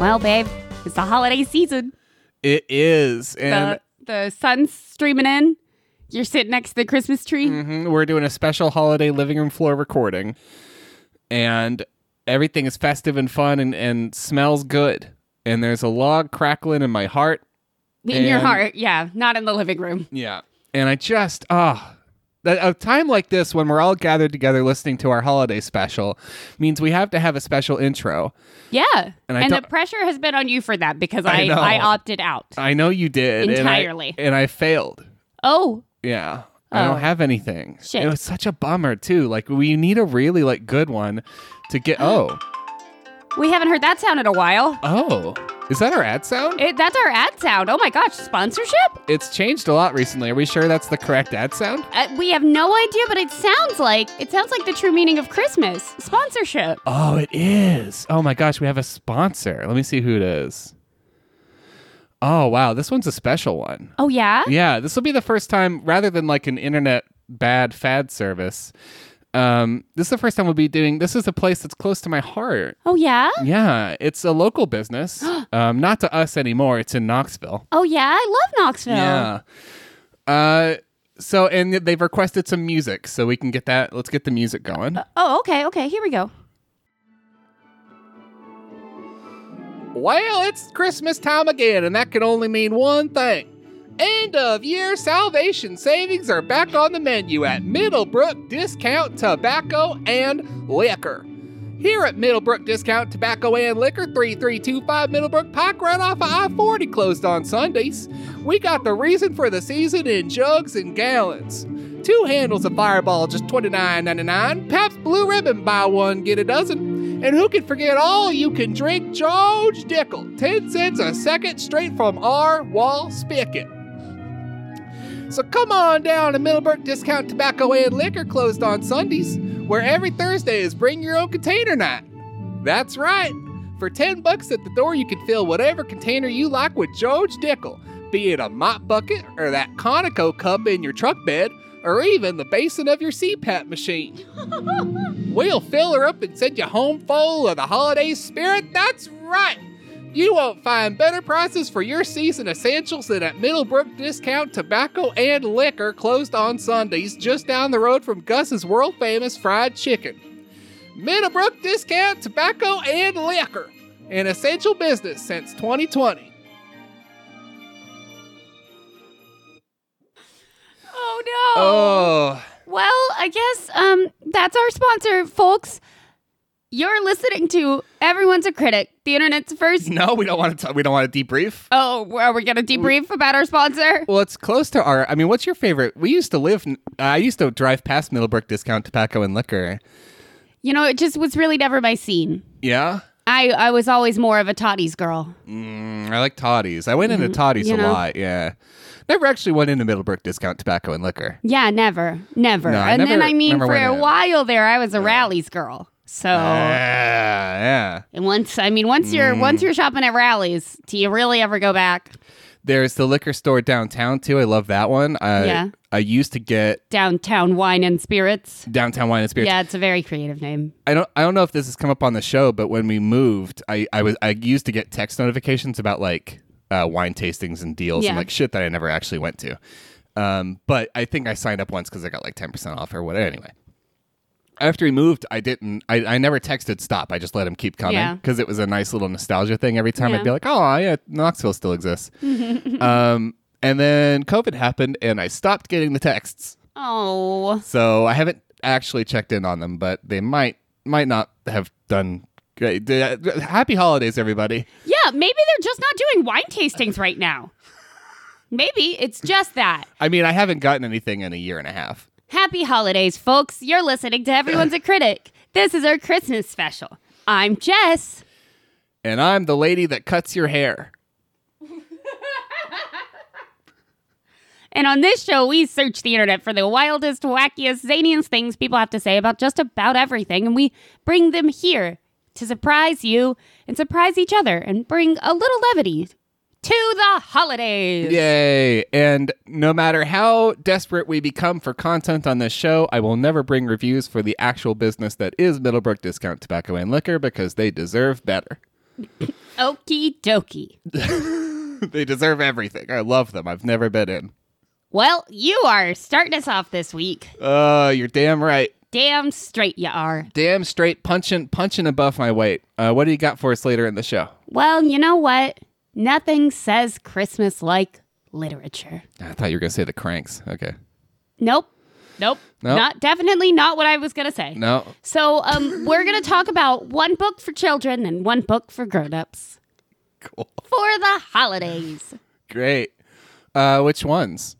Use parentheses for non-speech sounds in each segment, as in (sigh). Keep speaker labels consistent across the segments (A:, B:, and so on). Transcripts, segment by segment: A: Well, babe, it's the holiday season.
B: It is. And
A: The, the sun's streaming in. You're sitting next to the Christmas tree.
B: mhm, we're doing a special holiday living room floor recording. And everything is festive and fun and, and smells good. And there's a log crackling in my heart.
A: In your
B: And-
A: heart. Yeah, not in the living room.
B: Yeah. And I just, ah. that a time like this, when we're all gathered together listening to our holiday special, means we have to have a special intro.
A: Yeah.
B: And
A: And,
B: I
A: the
B: don't-
A: pressure has been on you for that because
B: I
A: I,
B: know.
A: I, opted out.
B: I know you did and I-
A: Entirely.
B: and I failed.
A: oh,
B: Yeah. I
A: Oh.
B: don't have anything.
A: Shit.
B: It was such a bummer too. Like we need a really like good one to get oh.
A: we haven't heard that sound in a while.
B: Oh. Is that our ad sound?
A: It, that's our ad sound. Oh my gosh, sponsorship?
B: It's changed a lot recently. Are we sure that's the correct ad sound?
A: Uh, we have no idea, but it sounds like it sounds like the true meaning of Christmas sponsorship.
B: Oh, it is. Oh my gosh, we have a sponsor. Let me see who it is. Oh, wow. This one's a special one.
A: Oh yeah,
B: Yeah, this will be the first time rather than like an internet bad fad service. Um, this is the first time we'll be doing this is a place that's close to my heart.
A: oh yeah,
B: Yeah, it's a local business. um, not to us anymore. It's in Knoxville.
A: oh yeah. I love Knoxville.
B: Yeah. Uh, so and they've requested some music, so we can get that. Let's get the music going.
A: Oh okay, okay. Here we go. (laughs)
B: Well, it's Christmas time again, and that can only mean one thing. End of year salvation savings are back on the menu at Middlebrook Discount Tobacco and Liquor. Here at Middlebrook Discount Tobacco and Liquor, 3325 Middlebrook Pike, right off of I 40, closed on Sundays, we got the reason for the season in jugs and gallons. Two handles of Fireball, just $29.99. Pabst Blue Ribbon, buy one, get a dozen. And who can forget all you can drink? George Dickel, 10 cents a second, straight from our wall spigot. So come on down to Middleburg Discount Tobacco and Liquor, closed on Sundays, where every Thursday is bring your own container night. That's right. For 10 bucks at the door, you can fill whatever container you like with George Dickel, be it a mop bucket or that Conoco cup in your truck bed, or even the basin of your CPAP machine.
A: Oh,
B: We'll fill her up and send you home full of the holiday spirit. That's right. You won't find better prices for your season essentials than at Middlebrook Discount Tobacco and Liquor, closed on Sundays, just down the road from Gus's world famous fried chicken. Middlebrook Discount Tobacco and Liquor, an essential business since 2020.
A: Oh no.
B: Oh,
A: Well, I guess um, that's our sponsor, folks. You're listening to Everyone's a Critic, the internet's first.
B: (laughs) no, we don't want to. we don't want to debrief.
A: Oh, are we going to debrief about our sponsor?
B: Well, it's close to our. I mean, what's your favorite? We used to live. I used to drive past Middlebrook Discount Tobacco and Liquor.
A: You know, it just was really never my scene.
B: Yeah,
A: I, I was always more of a toddies girl.
B: mm, I like toddies. I went into toddies
A: Mm-hmm. you
B: a
A: know.
B: lot. Yeah, never actually went into Middlebrook Discount Tobacco and Liquor.
A: Yeah, never, never.
B: No, I
A: and then
B: never-
A: I mean,
B: never
A: for
B: went
A: a
B: in.
A: while there, I was a rallies girl. So
B: Yeah, yeah.
A: and once, I mean, once
B: Mm.
A: you're once you're shopping at rallies, do you really ever go back
B: There's the liquor store downtown too. I love that one. I,
A: Yeah.
B: I used to get
A: downtown wine and spirits?
B: downtown wine and spirits.
A: Yeah, it's a very creative name.
B: I don't I don't know if this has come up on the show, but when we moved, I I was I used to get text notifications about like uh, wine tastings and deals
A: Yeah.
B: and like shit that I never actually went to. Um, but I think I signed up once because I got like ten percent off or whatever. Anyway, after we moved, I didn't. I, I never texted stop. I just let him keep coming
A: Yeah.
B: because it was a nice little nostalgia thing. Every time
A: Yeah.
B: I'd be like, oh yeah, Knoxville
A: (laughs)
B: still exists. um, and then COVID happened, and I stopped getting the texts.
A: Oh,
B: So I haven't actually checked in on them, but they might might not have done great. Uh, Happy holidays, everybody.
A: Yeah, maybe they're just not doing wine tastings right now. Maybe it's just that.
B: I mean, I haven't gotten anything in a year and a half.
A: Happy holidays, folks. You're listening to Everyone's a Critic. This is our Christmas special. I'm Jess.
B: and I'm the lady that cuts your hair.
A: And on this show, we search the internet for the wildest, wackiest, zaniest things people have to say about just about everything, and we bring them here to surprise you and surprise each other and bring a little levity to the holidays.
B: Yay! And no matter how desperate we become for content on this show, I will never bring reviews for the actual business that is Middlebrook Discount Tobacco and Liquor because they deserve better. (laughs)
A: Okie dokie.
B: they deserve everything. I love them. I've never been in.
A: Well, you are starting us off this week.
B: Uh, you're damn right.
A: Damn straight you are.
B: Damn straight, punching, punching above my weight. Uh, what do you got for us later in the show?
A: Well, you know what? Nothing says Christmas like literature.
B: I thought you were gonna say the cranks. Okay.
A: Nope. Nope.
B: Nope.
A: Not definitely not what I was gonna say.
B: No.
A: So um, we're going to talk about one book for children and one book for grown-ups
B: Cool.
A: for the holidays.
B: Great. Uh, which ones?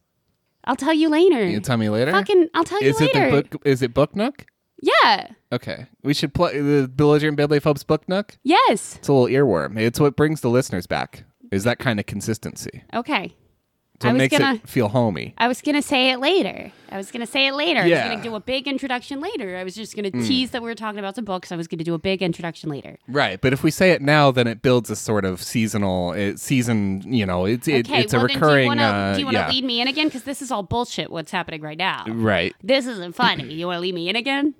A: I'll tell you later.
B: You tell me later.
A: Fucking, I'll tell
B: is
A: you
B: it
A: later.
B: the book? Is it Book Nook?
A: Yeah.
B: Okay. We should play the Villager and Bidley Phobes Book Nook.
A: Yes.
B: It's a little earworm. It's what brings the listeners back. Is that kind of consistency?
A: Okay.
B: So
A: I
B: it
A: was
B: makes
A: gonna-
B: it feel homey.
A: I was gonna say it later. I was gonna say it later. I
B: Yeah. Hmm.
A: was gonna do a big introduction later. I was just gonna tease that we were talking about some books. I was gonna do a big introduction later.
B: Right, but if we say it now, then it builds a sort of seasonal it, season. You know, it's it,
A: okay.
B: it's
A: well,
B: a recurring.
A: Then do you wanna,
B: uh,
A: do you wanna
B: yeah.
A: lead me in again? Because this is all bullshit. What's happening right now?
B: Right,
A: This isn't funny. You wanna lead me in again?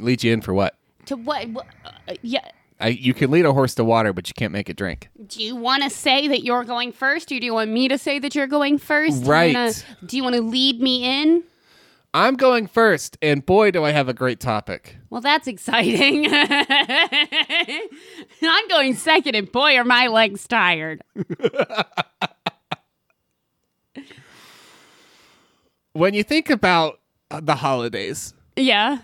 B: lead you in for what?
A: To what? what uh, yeah.
B: I, you can lead a horse to water, but you can't make it drink.
A: Do you want to say that you're going first, or do you want me to say that you're going first? Do you
B: Right.
A: wanna- Do you want to lead me in?
B: I'm going first, and boy, do I have a great topic.
A: Well, that's exciting. (laughs) I'm going second, and boy, are my legs tired.
B: When you think about uh, the holidays,
A: Yeah.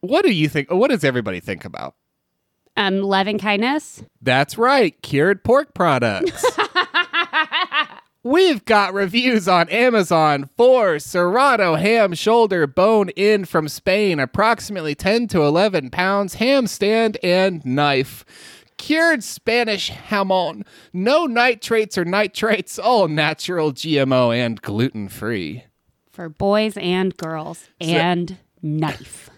B: what do you think? What does everybody think about?
A: Um, love and kindness.
B: That's right, cured pork products. We've got reviews on Amazon for Serrano ham shoulder bone in from Spain, approximately 10 to 11 pounds, ham stand and knife. Cured Spanish jamon, no nitrates or nitrates, all natural, GMO, and gluten free.
A: For boys and girls, and knife.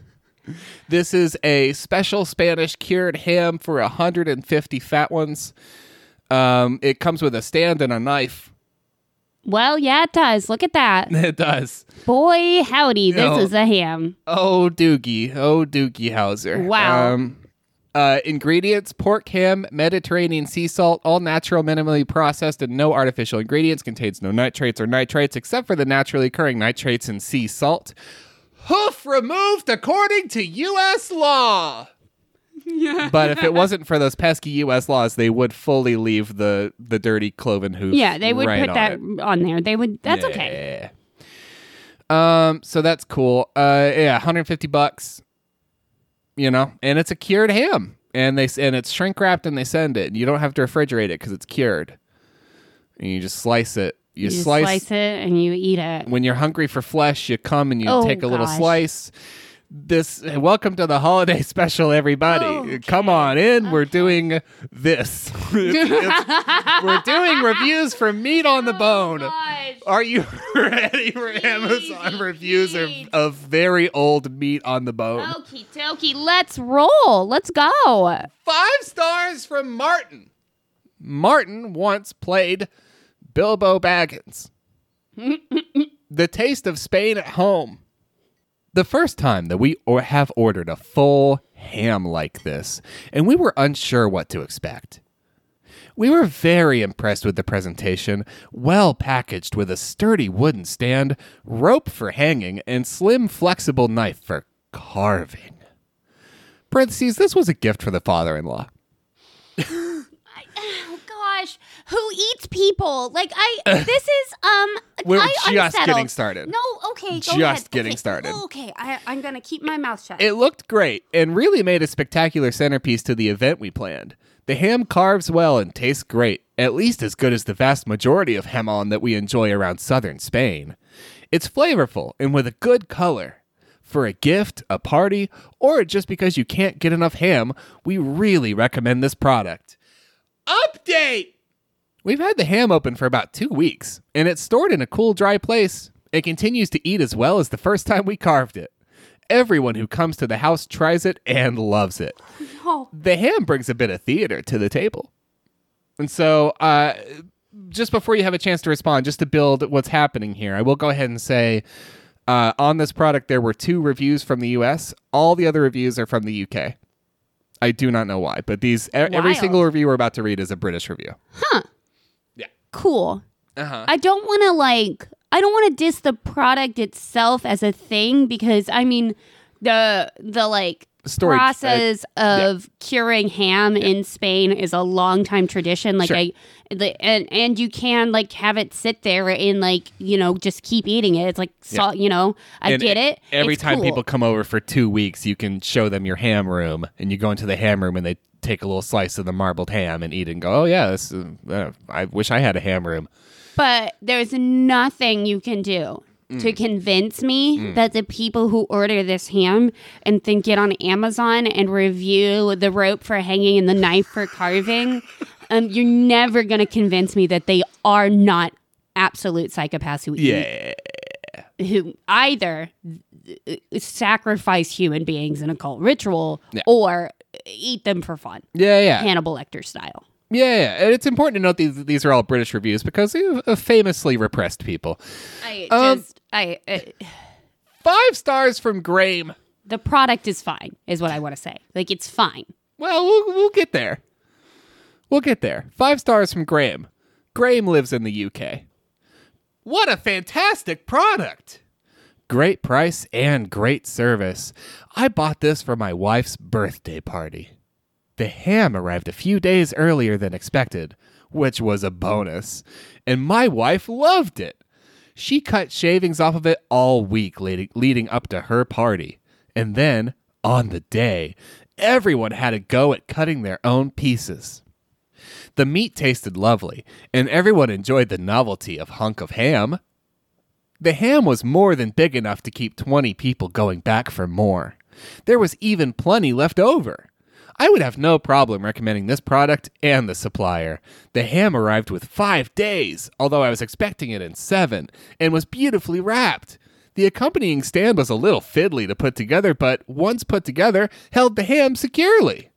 B: This is a special Spanish cured ham for 150 fat ones. Um, it comes with a stand and a knife.
A: Well, yeah, it does. Look at that.
B: (laughs) It does.
A: Boy, howdy, this
B: No.
A: is a ham.
B: Oh, Doogie. Oh, Doogie Hauser.
A: Wow.
B: Um, uh, ingredients pork ham, Mediterranean sea salt, all natural, minimally processed, and no artificial ingredients. Contains no nitrates or nitrites except for the naturally occurring nitrates in sea salt. Hoof removed according to
A: (laughs)
B: U.S. law. but if it wasn't for those pesky U.S. laws, they would fully leave the, the dirty cloven hoof.
A: Yeah, they would
B: right
A: put
B: on
A: that
B: it.
A: on there. They would. That's okay.
B: Yeah. Um, so that's cool. Uh, yeah, 150 bucks. You know, and it's a cured ham, and they s- and it's shrink wrapped, and they send it. You don't have to refrigerate it because it's cured. And you just slice it. You,
A: You just
B: slice,
A: slice it and you eat it.
B: when you're hungry for flesh. You come and you
A: Oh,
B: take a little
A: gosh.
B: slice. This welcome to the holiday (laughs) special, everybody.
A: Oh, Okay.
B: Come on in. We're doing this. (laughs) It's- it's- we're doing reviews for meat on
A: (laughs)
B: the bone.
A: Oh, Gosh.
B: Are you (laughs) ready for Amazon reviews of, of very old meat on the bone?
A: Okie dokie, let's roll. Let's go.
B: Five stars from Martin. Martin once played Bilbo Baggins. the taste of Spain at home. The first time that we or have ordered a full ham like this, and we were unsure what to expect. We were very impressed with the presentation, well packaged with a sturdy wooden stand, rope for hanging, and slim flexible knife for carving. Parentheses, this was a gift for the father in law.
A: Oh gosh, who eats people? Like I,
B: (laughs)
A: this is um.
B: We're
A: I, I'm
B: just
A: settled.
B: getting started.
A: No, okay, go
B: Just
A: ahead.
B: getting
A: Okay,
B: started.
A: Okay, I, I'm gonna keep my mouth shut.
B: It looked great and really made a spectacular centerpiece to the event we planned. The ham carves well and tastes great, at least as good as the vast majority of hamon that we enjoy around southern Spain. It's flavorful and with a good color. For a gift, a party, or just because you can't get enough ham, we really recommend this product. Update! We've had the ham open for about two weeks, and it's stored in a cool, dry place. It continues to eat as well as the first time we carved it. Everyone who comes to the house tries it and loves it.
A: Oh,
B: The ham brings a bit of theater to the table. And so, uh, just before you have a chance to respond, just to build what's happening here, I will go ahead and say uh, on this product, there were two reviews from the US. All the other reviews are from the UK. I do not know why, but these e- every
A: Wild.
B: single review we're about to read is a British review.
A: cool.
B: Uh huh.
A: I don't want to like I don't want to diss the product itself as a thing because I mean the the like
B: Storage, uh,
A: process of curing ham in Spain is a long time tradition like
B: Sure.
A: I the, and and you can like have it sit there and like you know just keep eating it it's like salt you know I
B: And
A: get
B: e-
A: it
B: Every
A: It's
B: time
A: cool.
B: people come over for two weeks, you can show them your ham room, and you go into the ham room, and they take a little slice of the marbled ham and eat it, and go, "Oh yeah, this is, uh, I wish I had a ham room."
A: But there's nothing you can do to
B: Mm.
A: convince me that the people who order this ham and then get on Amazon and review the rope for hanging and the knife for
B: (laughs)
A: carving, um, you're never going to convince me that they are not absolute psychopaths who eat,
B: Yeah,
A: who either uh, sacrifice human beings in a cult ritual or eat them for fun,
B: yeah, yeah.
A: Hannibal Lecter style.
B: Yeah, yeah, and it's important to note these these are all British reviews because they have famously repressed people.
A: I
B: Um,
A: just, I, uh,
B: Five stars from Graham.
A: the product is fine, is what I want to say. Like it's fine.
B: Well, we'll we'll get there. We'll get there. Five stars from Graham. Graham lives in the UK. What a fantastic product! Great price and great service. I bought this for my wife's birthday party. The ham arrived a few days earlier than expected, which was a bonus, and my wife loved it. She cut shavings off of it all week leading, leading up to her party. And then, on the day, everyone had a go at cutting their own pieces. The meat tasted lovely, and everyone enjoyed the novelty of hunk of ham. The ham was more than big enough to keep 20 people going back for more. There was even plenty left over. I would have no problem recommending this product and the supplier. The ham arrived with five days, although I was expecting it in seven, and was beautifully wrapped. The accompanying stand was a little fiddly to put together, but once put together, held the ham securely.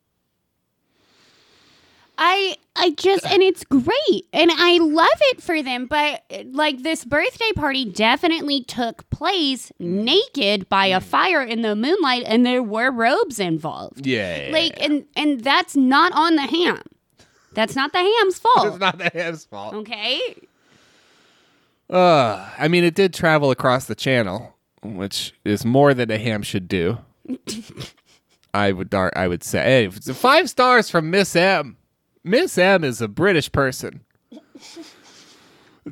A: I I just and it's great and I love it for them but like this birthday party definitely took place naked by a fire in the moonlight and there were robes involved.
B: Yeah.
A: Like and and that's not on the ham. That's not the ham's fault.
B: not the ham's fault.
A: okay?
B: Uh, I mean, it did travel across the channel, which is more than a ham should do. I would dar- I would say hey, it's five stars from Miss M. Miss M is a British person.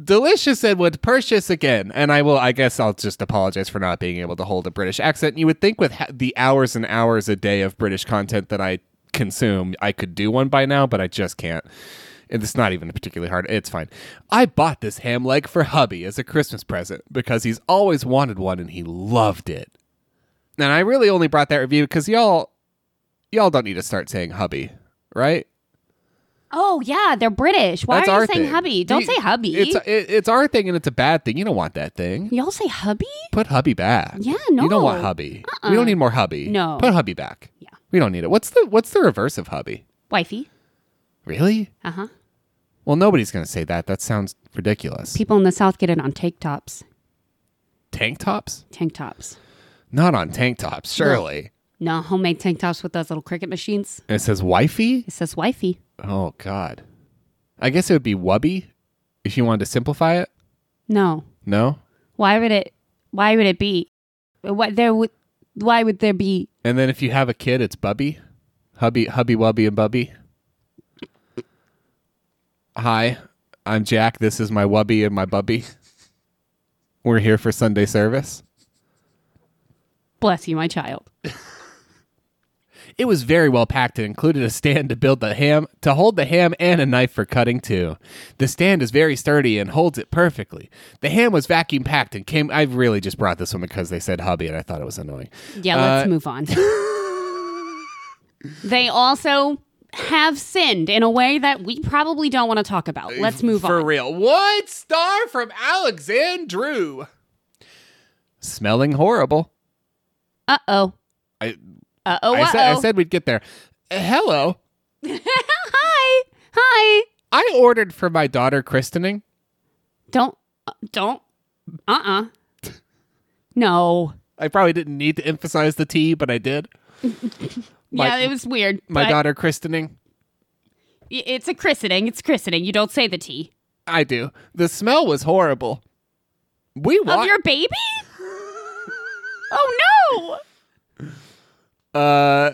B: Delicious and would purchase again. And I will. I guess I'll just apologize for not being able to hold a British accent. You would think with ha- the hours and hours a day of British content that I consume, I could do one by now, but I just can't. And it's not even particularly hard. It's fine. I bought this ham leg for hubby as a Christmas present because he's always wanted one and he loved it. And I really only brought that review because y'all, y'all don't need to start saying hubby, right?
A: Oh yeah, they're British. Why
B: That's
A: are
B: our
A: you saying
B: thing.
A: hubby? Don't
B: You-
A: say hubby.
B: It's it, it's our thing and it's a bad thing. You don't want that thing.
A: Y'all say hubby?
B: Put hubby back.
A: Yeah,
B: You don't want
A: no. Uh-uh.
B: hubby. We don't need more hubby.
A: No.
B: Put hubby back.
A: Yeah.
B: We don't need it. What's the what's the reverse of hubby?
A: Wifey.
B: Really?
A: Uh-huh.
B: Well, nobody's gonna say that. That sounds ridiculous.
A: People in the south get it on tank tops.
B: tank tops?
A: Tank tops.
B: Not on tank tops, surely.
A: No, homemade tank tops with those little cricket machines.
B: And it says wifey.
A: It says wifey.
B: Oh God. I guess it would be wubby if you wanted to simplify it.
A: No.
B: No.
A: Why would it? Why would it be? What there would? Why would there be?
B: And then if you have a kid, it's Bubby, hubby, hubby, wubby, and Bubby. Hi, I'm Jack. This is my wubby and my bubby. We're here for Sunday service.
A: Bless you, my child.
B: It was very well packed and included a stand to build the ham, to hold the ham and a knife for cutting too. The stand is very sturdy and holds it perfectly. The ham was vacuum packed and came. I really just brought this one because they said hubby and I Uh, (laughs) thought it was annoying.
A: Yeah, let's move on. they also have sinned in a way that we probably don't want to talk about. Let's move
B: For
A: on.
B: real. One star from Alexandru. Smelling horrible.
A: Uh oh.
B: I-
A: Uh oh.
B: I, said, I
A: Uh oh.
B: said we'd get there. Uh, hello.
A: (laughs) Hi. Hi.
B: I ordered for my daughter christening.
A: Don't. uh, Don't. Uh uh
B: (laughs)
A: No.
B: I probably didn't need to emphasize the T, but I did. My-
A: yeah, it was weird.
B: My
A: but
B: daughter christening.
A: i- It's a christening. It's christening. You don't say the T.
B: I do. The smell was horrible. We
A: Of
B: walked.
A: your baby? oh no.
B: uh,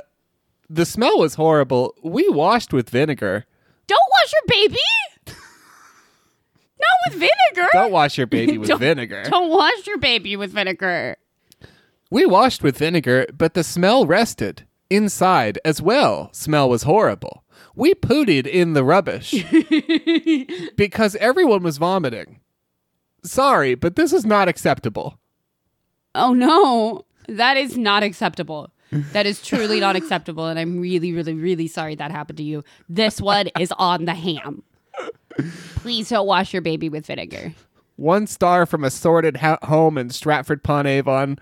B: the smell was horrible. We washed with vinegar.
A: Don't wash your baby. Not with vinegar.
B: Don't wash your
A: (laughs)
B: baby with
A: Don't-
B: vinegar.
A: Don't wash your baby with vinegar.
B: We washed with vinegar, but the smell rested. Inside as well, smell was horrible. We pooted in the rubbish because everyone was vomiting. Sorry, but this is not acceptable.
A: Oh no, that is not acceptable. That is truly not acceptable, and I'm really, really, really sorry that happened to you. This one is on the ham. Please don't wash your baby with vinegar.
B: One star from Assorted ho- Home in Stratford upon Avon.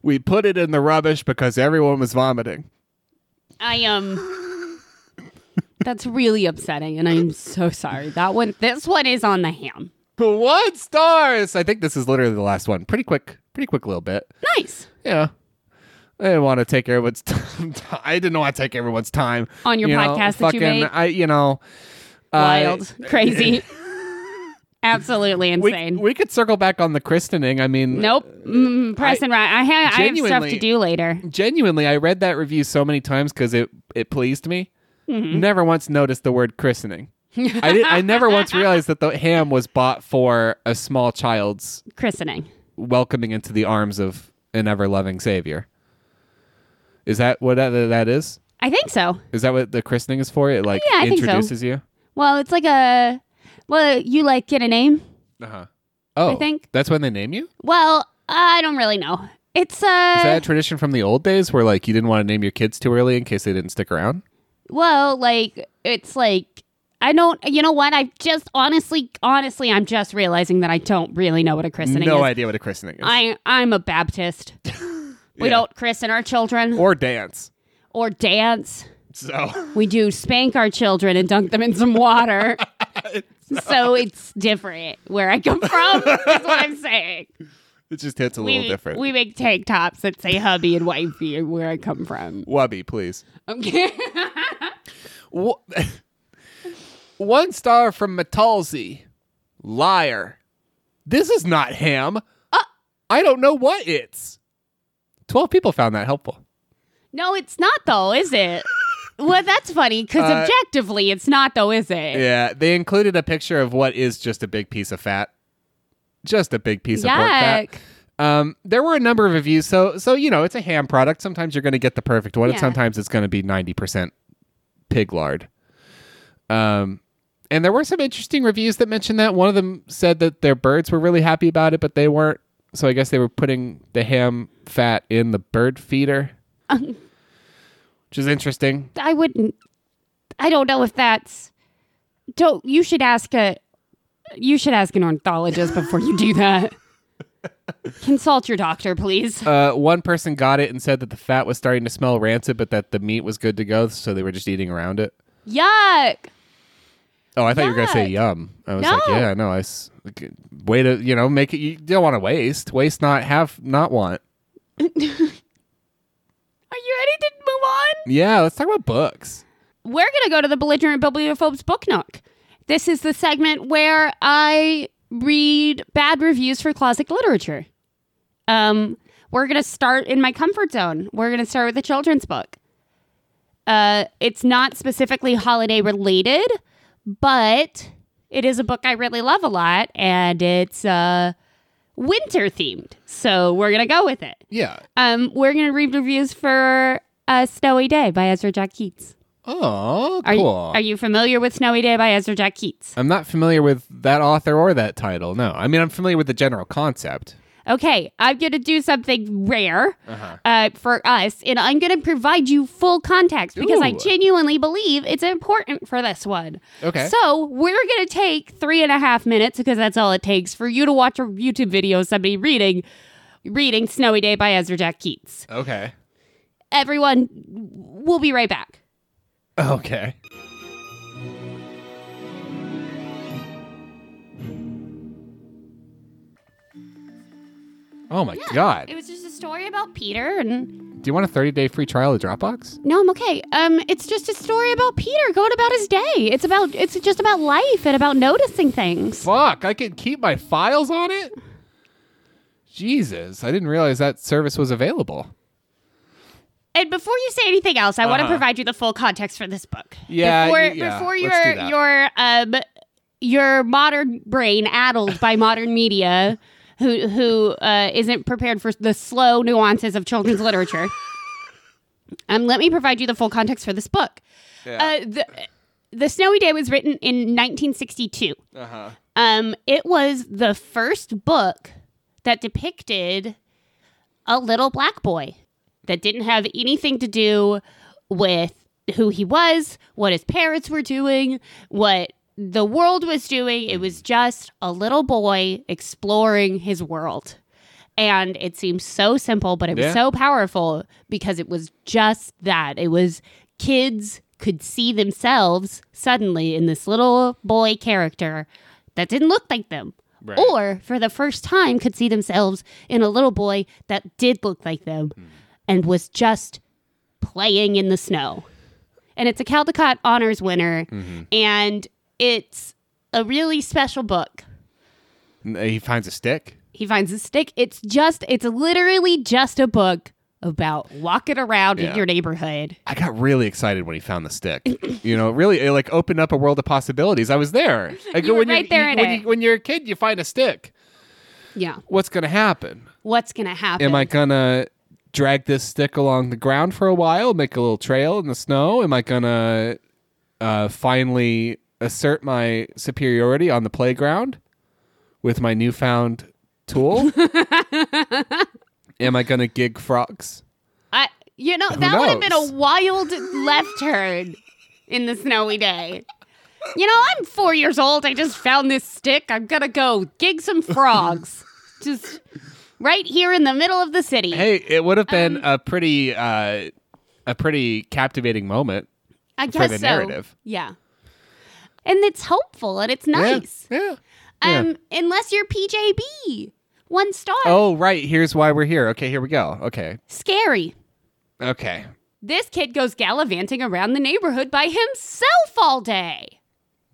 B: We put it in the rubbish because everyone was vomiting.
A: I um, that's really upsetting, and I'm so sorry. That one, this one is on the ham.
B: One stars. I think this is literally the last one. Pretty quick. Pretty quick little bit.
A: Nice
B: Yeah. I didn't want to take everyone's (laughs) time. I didn't want to take everyone's time.
A: On your
B: You know,
A: podcast that you
B: fucking-
A: made?
B: I, you know. uh,
A: wild,
B: (laughs)
A: crazy, absolutely
B: we,
A: insane.
B: we could circle back on the christening. I mean,
A: nope, mm, press and right. I, ha- I have stuff
B: Genuinely-
A: to do later.
B: genuinely, I read that review so many times because it, it pleased me.
A: Mm-hmm.
B: Never once noticed the word christening. I, did, I never
A: (laughs)
B: once realized that the ham was bought for a small child's
A: Christening.
B: welcoming into the arms of an ever loving savior. Is that what that, that is?
A: I think so.
B: Is that what the christening is for? It like
A: Yeah, I think so.
B: introduces you.
A: Well, it's like a well, you like get a name.
B: Uh huh. Oh,
A: think-
B: that's when they name you. Is
A: Well, I don't really know. It's uh
B: that a tradition from the old days where like you didn't want to name your kids too early in case they didn't stick around?
A: well, like it's like I don't you know what? I've just honestly honestly I'm just realizing that I don't really know what a christening
B: no
A: is.
B: idea what a christening is.
A: I I'm a
B: (laughs)
A: Baptist. we
B: Yeah.
A: don't christen our children or,
B: or dance.
A: dance.
B: So (laughs)
A: We do spank our children and dunk them in some water. so it's different where I come from, is what
B: (laughs)
A: I'm saying.
B: it just hits a
A: we,
B: little different.
A: We make tank tops that say hubby and wifey where I come from.
B: Wubby, please.
A: Okay.
B: Wha- (laughs) One star from Metalzi. Liar. This is not ham.
A: Uh.
B: I don't know what it's. 12 people found that helpful.
A: no, it's not though, is it? Well, that's funny because
B: Uh,
A: objectively, it's not though, is it?
B: Yeah, they included a picture of what is just a big piece of fat. Just a big piece of pork fat.
A: Yuck.
B: Um, there were a number of reviews, so so you know it's a ham product. Sometimes you're going to get the perfect one, and
A: Yeah.
B: sometimes it's going to be ninety percent pig lard. Um, and there were some interesting reviews that mentioned that. One of them said that their birds were really happy about it, but they weren't. So I guess they were putting the ham fat in the
A: (laughs)
B: bird feeder, which is interesting.
A: I wouldn't. I don't know if that's. Don't you should ask a. You should ask an ornithologist before you do that. Consult your doctor, please.
B: Uh, one person got it and said that the fat was starting to smell rancid, but that the meat was good to go, so they were just eating around it.
A: Yuck.
B: Oh, I thought you were gonna say
A: Yuck.
B: yum. I was
A: No.
B: like, yeah, no, I s- like, way to you know make it. You don't want to waste, waste not have, not want.
A: Are you ready to move on?
B: Yeah, let's talk about books.
A: we're going to go to the belligerent bibliophobes book nook. This is the segment where I read bad reviews for classic literature. Um, we're going to start in my comfort zone. We're going to start with a children's book. Uh, it's not specifically holiday related, but it is a book I really love a lot, and it's uh, winter themed. So we're going to go with it.
B: Yeah.
A: Um, we're going to read reviews for A Snowy Day by Ezra Jack Keats.
B: Oh,
A: Are, you,
B: cool.
A: are you familiar with Snowy Day by Ezra Jack Keats?
B: I'm not familiar with that author or that title. No, I mean I'm familiar with the general concept.
A: okay, I'm going to do something rare
B: Uh-huh.
A: uh, for us, and I'm going to provide you full context because I
B: Ooh.
A: genuinely believe it's important for this one.
B: Okay.
A: So we're going to take three and a half minutes because that's all it takes for you to watch a YouTube video of somebody reading. Reading Snowy Day by Ezra Jack Keats.
B: okay.
A: Everyone, we'll be right back.
B: Okay. Oh my god.
A: It was just a story about Peter and
B: Do you want a 30 day free trial of Dropbox?
A: No, I'm okay. Um it's just a story about Peter going about his day. It's about it's just about life and about noticing things.
B: Fuck, I can keep my files on it? Jesus, I didn't realize that service was available.
A: And before you say anything else, I want to
B: Uh-huh.
A: provide you the full context for this book.
B: Yeah,
A: Before
B: y- yeah,
A: before
B: let's
A: your
B: do that.
A: your um your modern brain addled by modern media who who uh, isn't prepared for the slow nuances of children's literature.
B: (laughs)
A: Um let me provide you the full context for this book. Uh, the The Snowy Day was written in 1962.
B: Uh-huh.
A: Um, it was the first book that depicted a little black boy that didn't have anything to do with who he was, what his parents were doing, what the world was doing. It was just a little boy exploring his world. And it seemed so simple, but it was
B: Yeah.
A: so powerful because it was just that. It was kids could see themselves suddenly in this little boy character that didn't look like them.
B: Right.
A: Or for the first time could see themselves in a little boy that did look like them
B: Hmm.
A: and was just playing in the snow. And it's a Caldecott Honors winner.
B: Mm-hmm.
A: And it's a really special book.
B: uh, He finds a stick.
A: He finds a stick. It's just, it's literally just a book about walking around
B: Yeah.
A: in your neighborhood.
B: I got really excited when he found
A: (laughs)
B: the stick. you know, really, it like opened up a world of possibilities. I was
A: (laughs)
B: there. Like,
A: You were
B: when
A: right there in
B: when,
A: it.
B: when you're a kid, you find a stick.
A: Yeah.
B: What's gonna happen?
A: What's going to happen?
B: Am I gonna drag this stick along the ground for a while, make a little trail in the snow? Am I gonna uh, finally assert my superiority on the playground with my newfound (laughs) tool? Am I gonna gig frogs?
A: I you know that would have been a
B: knows?
A: wild left turn in the snowy day. You know, I'm four years old. I just found this stick. I'm gonna go gig
B: (laughs)
A: some frogs, just right here in the middle of the city.
B: Hey, it would have been a pretty uh, a pretty captivating moment.
A: I guess
B: the
A: so.
B: narrative.
A: Yeah, and it's hopeful and it's nice.
B: Yeah. Uh, yeah.
A: Um, unless you're PJB, one star,
B: Oh, right. Here's why we're here. Okay, here we go. Okay.
A: scary.
B: Okay.
A: This kid goes gallivanting around the neighborhood by himself all day.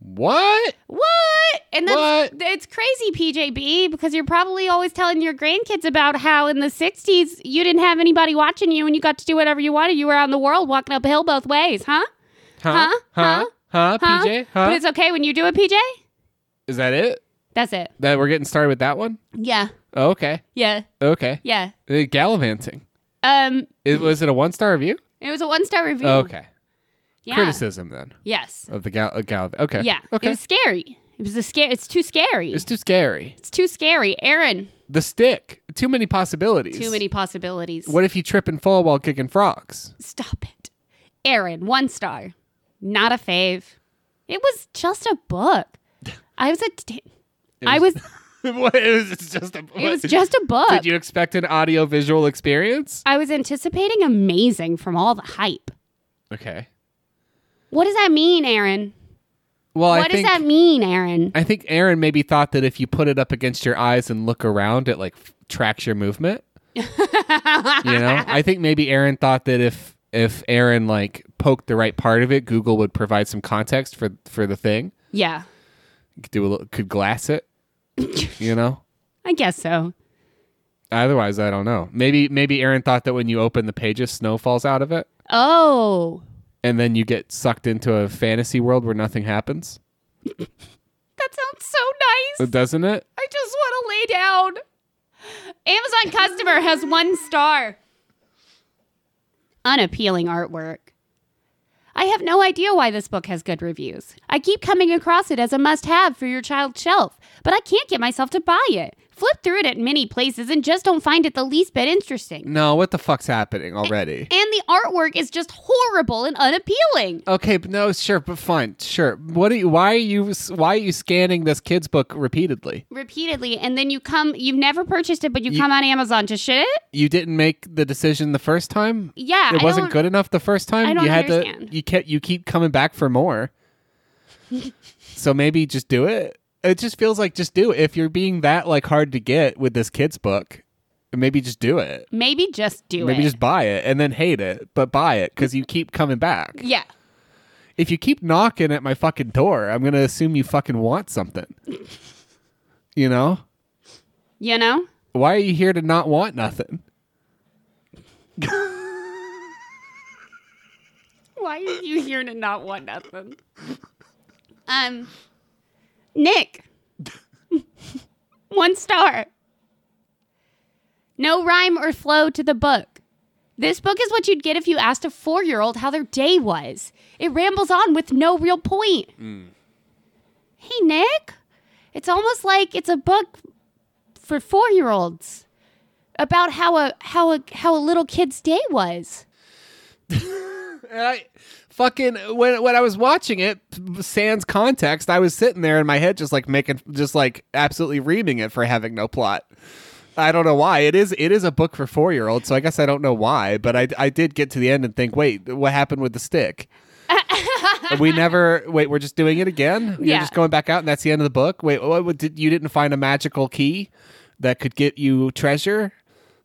B: What?
A: What? And that's
B: What?
A: it's crazy, PJB, because you're probably always telling your grandkids about how in the '60s you didn't have anybody watching you and you got to do whatever you wanted. You were out in the world walking up a hill both ways, huh?
B: Huh?
A: Huh?
B: Huh? Huh?
A: Huh?
B: PJ?
A: But
B: Huh?
A: it's okay when you do it, PJ.
B: Is that it?
A: That's it.
B: That we're getting started with that one?
A: Yeah,
B: Oh, okay.
A: yeah,
B: Okay.
A: yeah.
B: Uh, gallivanting.
A: Um,
B: It, was it a one star review?
A: it was a one-star review.
B: Okay.
A: Yeah.
B: Criticism then
A: Yes.
B: of the gal. Uh, gal- okay.
A: Yeah. It
B: Okay.
A: was scary. It was a scare. It's too scary. It's,
B: it's too scary.
A: too scary, Aaron.
B: The stick. Too many possibilities.
A: Too many possibilities.
B: What if you trip and fall while kicking frogs? (laughs)
A: Stop it. Aaron, one star. Not a fave. It was just a
B: (laughs)
A: book. I was a. T- I was.
B: What? it was just a.
A: It was just a book.
B: Did you expect an audio visual experience?
A: I was anticipating amazing from all the hype.
B: Okay.
A: What does that mean, Aaron?
B: Well, I
A: What does
B: think
A: that mean, Aaron?
B: I think Aaron maybe thought that if you put it up against your eyes and look around, it like f- tracks your movement. you know, I think maybe Aaron thought that if if Aaron like poked the right part of it, Google would provide some context for for the thing.
A: Yeah,
B: Could do a little, could glass it. you know.
A: I guess so.
B: Otherwise, I don't know. Maybe maybe Aaron thought that when you open the pages, snow falls out of it,
A: Oh,
B: and then you get sucked into a fantasy world where nothing happens,
A: that sounds so nice.
B: doesn't it?
A: I just want to lay down. Amazon customer has one star. Unappealing artwork. I have no idea why this book has good reviews. I keep coming across it as a must have for your child's shelf, but I can't get myself to buy it. flip through it at many places and just don't find it the least bit interesting.
B: No, what the fuck's happening already?
A: And the artwork is just horrible and unappealing.
B: Okay, but no, sure, but fine, sure. What are you? Why are you? Why are you scanning this kid's book repeatedly?
A: Repeatedly, and then you come, you've never purchased it, but you,
B: You-
A: come on Amazon to shit it? You-
B: You didn't make the decision the first time.
A: Yeah,
B: it
A: I
B: wasn't
A: don't-
B: good enough the first time.
A: I don't
B: you had
A: understand.
B: to. You kept. You keep coming back
A: (laughs)
B: for more. so maybe just do it. It just feels like just do it. If you're being that like hard to get with this kid's book, maybe just do it.
A: Maybe just do
B: Maybe
A: it.
B: just buy it and then hate it, but buy it because you keep coming back.
A: yeah.
B: If you keep knocking at my fucking door, I'm gonna assume you fucking want something. You know?
A: You know?
B: Why are you here to not want nothing?
A: Why are you here to not want nothing? Um, Nick, (laughs) one star. No rhyme or flow to the book. This book is what you'd get if you asked a four year old how their day was. It rambles on with no real point. Hey, Nick, it's almost like it's a book for four year olds about how a, how, a, how a little kid's day was.
B: And I fucking when when I was watching it, sans context, I was sitting there in my head just like making just like absolutely reaming it for having no plot. I don't know why it is. It is a book for four year olds, so I guess I don't know why. But I I did get to the end and think, wait, what happened with the stick? we never wait. We're just doing it again. You're
A: Yeah.
B: just going back out, and that's the end of the book. Wait, what, what did you didn't find a magical key that could get you treasure?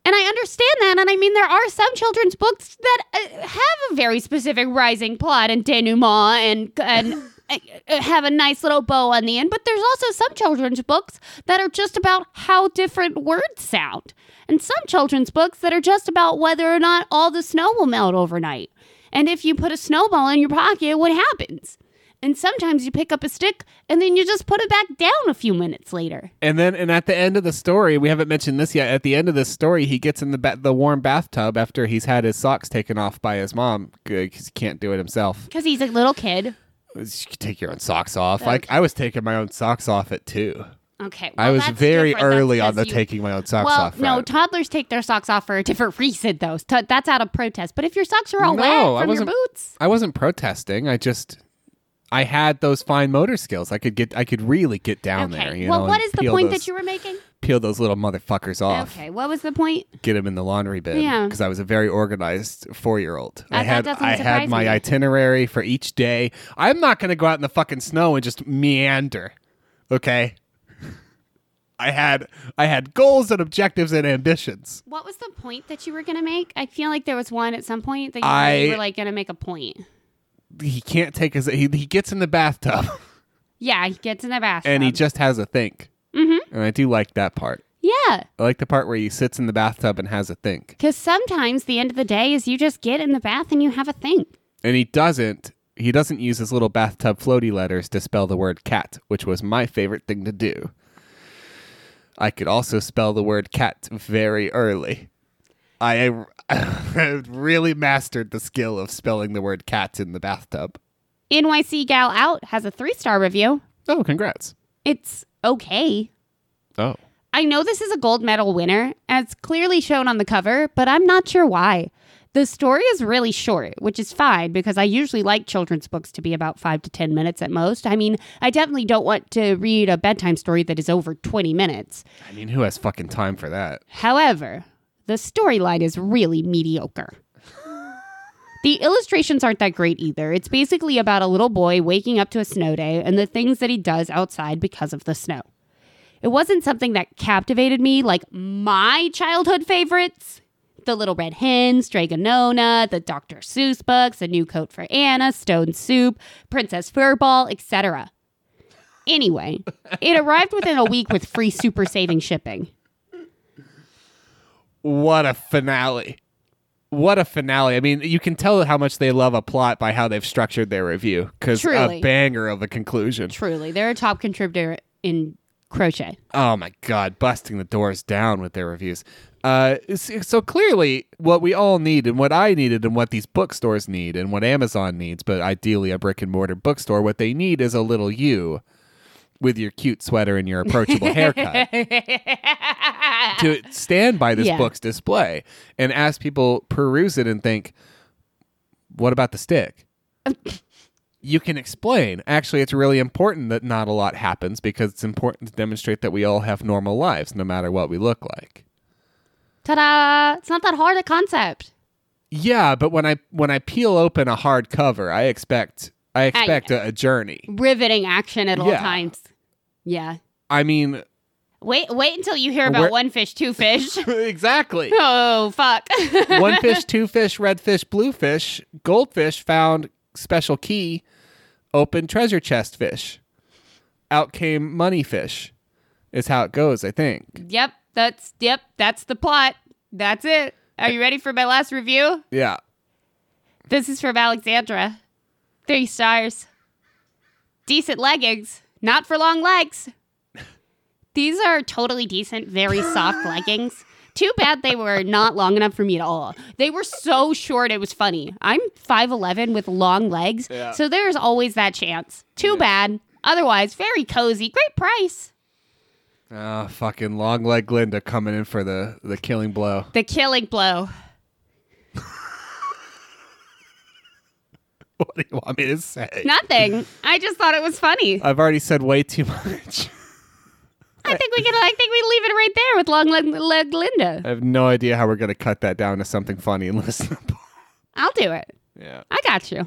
A: And I understand that. And I mean, there are some children's books that uh, have a very specific rising plot and denouement and,
B: (laughs)
A: and uh, uh, have a nice little bow on the end. But there's also some children's books that are just about how different words sound. And some children's books that are just about whether or not all the snow will melt overnight. And if you put a snowball in your pocket, what happens? And sometimes you pick up a stick and then you just put it back down a few minutes later.
B: And then, and at the end of the story, we haven't mentioned this yet. At the end of the story, he gets in the ba- the warm bathtub after he's had his socks taken off by his mom because he can't do it himself.
A: Because he's a little kid.
B: You can take your own socks off. Like I was taking my own socks off at two.
A: Okay.
B: I
A: well,
B: was
A: that's
B: very
A: different. That's
B: early on
A: 'cause
B: the
A: you-
B: taking my own socks
A: Well,
B: off.
A: no,
B: route.
A: toddlers take their socks off for a different (laughs) reason, though. T- that's out of protest. But if your socks are all
B: No, I
A: wet from your
B: wasn't-
A: boots,
B: I wasn't protesting. I just I had those fine motor skills. I could get I could really get down there.
A: okay.
B: You
A: well,
B: know,
A: what
B: and
A: is the
B: peel
A: point
B: those,
A: that you were making?
B: peel those little motherfuckers off?
A: Okay, what was the point?
B: get him in the laundry bin
A: Yeah.
B: because I was a very organized four year old.
A: That- that
B: I had
A: doesn't
B: I had
A: surprise
B: my
A: me.
B: itinerary for each day. I'm not going to go out in the fucking snow and just meander. Okay. I had I had goals and objectives and ambitions.
A: What was the point that you were going to make? I feel like there was one at some point that you
B: I-
A: were like going to make a point.
B: He can't take his he, he gets in the bathtub (laughs)
A: Yeah, he gets in the bathroom.
B: and he just has a think. Mm-hmm. And I do like that part.
A: yeah,
B: I like the part where he sits in the bathtub and has a think.
A: because sometimes the end of the day is you just get in the bath and you have a think.
B: And he doesn't he doesn't use his little bathtub floaty letters to spell the word cat, which was my favorite thing to do. I could also spell the word cat very early. I, (laughs) I really mastered the skill of spelling the word cat in the bathtub.
A: NYC Gal Out has a three star review.
B: Oh, congrats.
A: It's okay.
B: Oh.
A: I know this is a gold medal winner, as clearly shown on the cover, but I'm not sure why. The story is really short, which is fine because I usually like children's books to be about five to 10 minutes at most. I mean, I definitely don't want to read a bedtime story that is over 20 minutes.
B: I mean, who has fucking time for that?
A: However, the storyline is really mediocre. the illustrations aren't that great either. It's basically about a little boy waking up to a snow day and the things that he does outside because of the snow. It wasn't something that captivated me like my childhood favorites. The Little Red Hen, Stragonona, the Dr. Seuss books, A New Coat for Anna, Stone Soup, Princess Furball, etc. Anyway, it arrived within a week with free super saving shipping.
B: What a finale. What a finale. I mean, you can tell how much they love a plot by how they've structured their review cuz a
A: Truly.
B: banger of a conclusion.
A: Truly, they're a top contributor in
B: (laughs)
A: crochet.
B: Oh my God, busting the doors down with their reviews. Uh, s- so clearly, what we all need, and what I needed, and what these bookstores need, and what Amazon needs, but ideally a brick and mortar bookstore, what they need is a little you with your cute sweater and your approachable haircut to stand by this
A: Yeah.
B: book's display and as people peruse it and think, what about the stick? you can explain. Actually, it's really important that not a lot happens because it's important to demonstrate that we all have normal lives no matter what we look like.
A: Ta-da! It's not that hard a concept.
B: Yeah, but when I when I peel open a hard cover, I expect I expect a, a journey.
A: Riveting action at all
B: Yeah.
A: times. Yeah.
B: I mean, (laughs)
A: Wait, wait until you hear about
B: Where-
A: one fish, two fish. (laughs)
B: exactly.
A: oh fuck.
B: One
A: (laughs)
B: fish, two fish, red fish, blue fish, goldfish found special key, open treasure chest fish. Out came money fish. Is how it goes, I think.
A: yep, that's yep, that's the plot. That's it. Are you ready for my last review?
B: Yeah.
A: This is from Alexandra. Three stars. Decent leggings, not for long legs. These are totally decent, very soft leggings. Too bad they were not long enough for me at all. They were so short, it was funny. I'm 5'11 with long legs,
B: Yeah.
A: so there's always that chance. Too bad. Otherwise, very cozy, great price.
B: Ah, fucking long leg Linda coming in for the, the killing blow. (laughs)
A: The killing blow.
B: What do you want me to say?
A: Nothing. I just thought it was funny.
B: I've already said way too much. (laughs)
A: I think we can. I think we leave it right there with long leg, leg Linda.
B: I have no idea how we're going to cut that down to something funny and (laughs) listenable.
A: I'll do it.
B: Yeah.
A: I got you.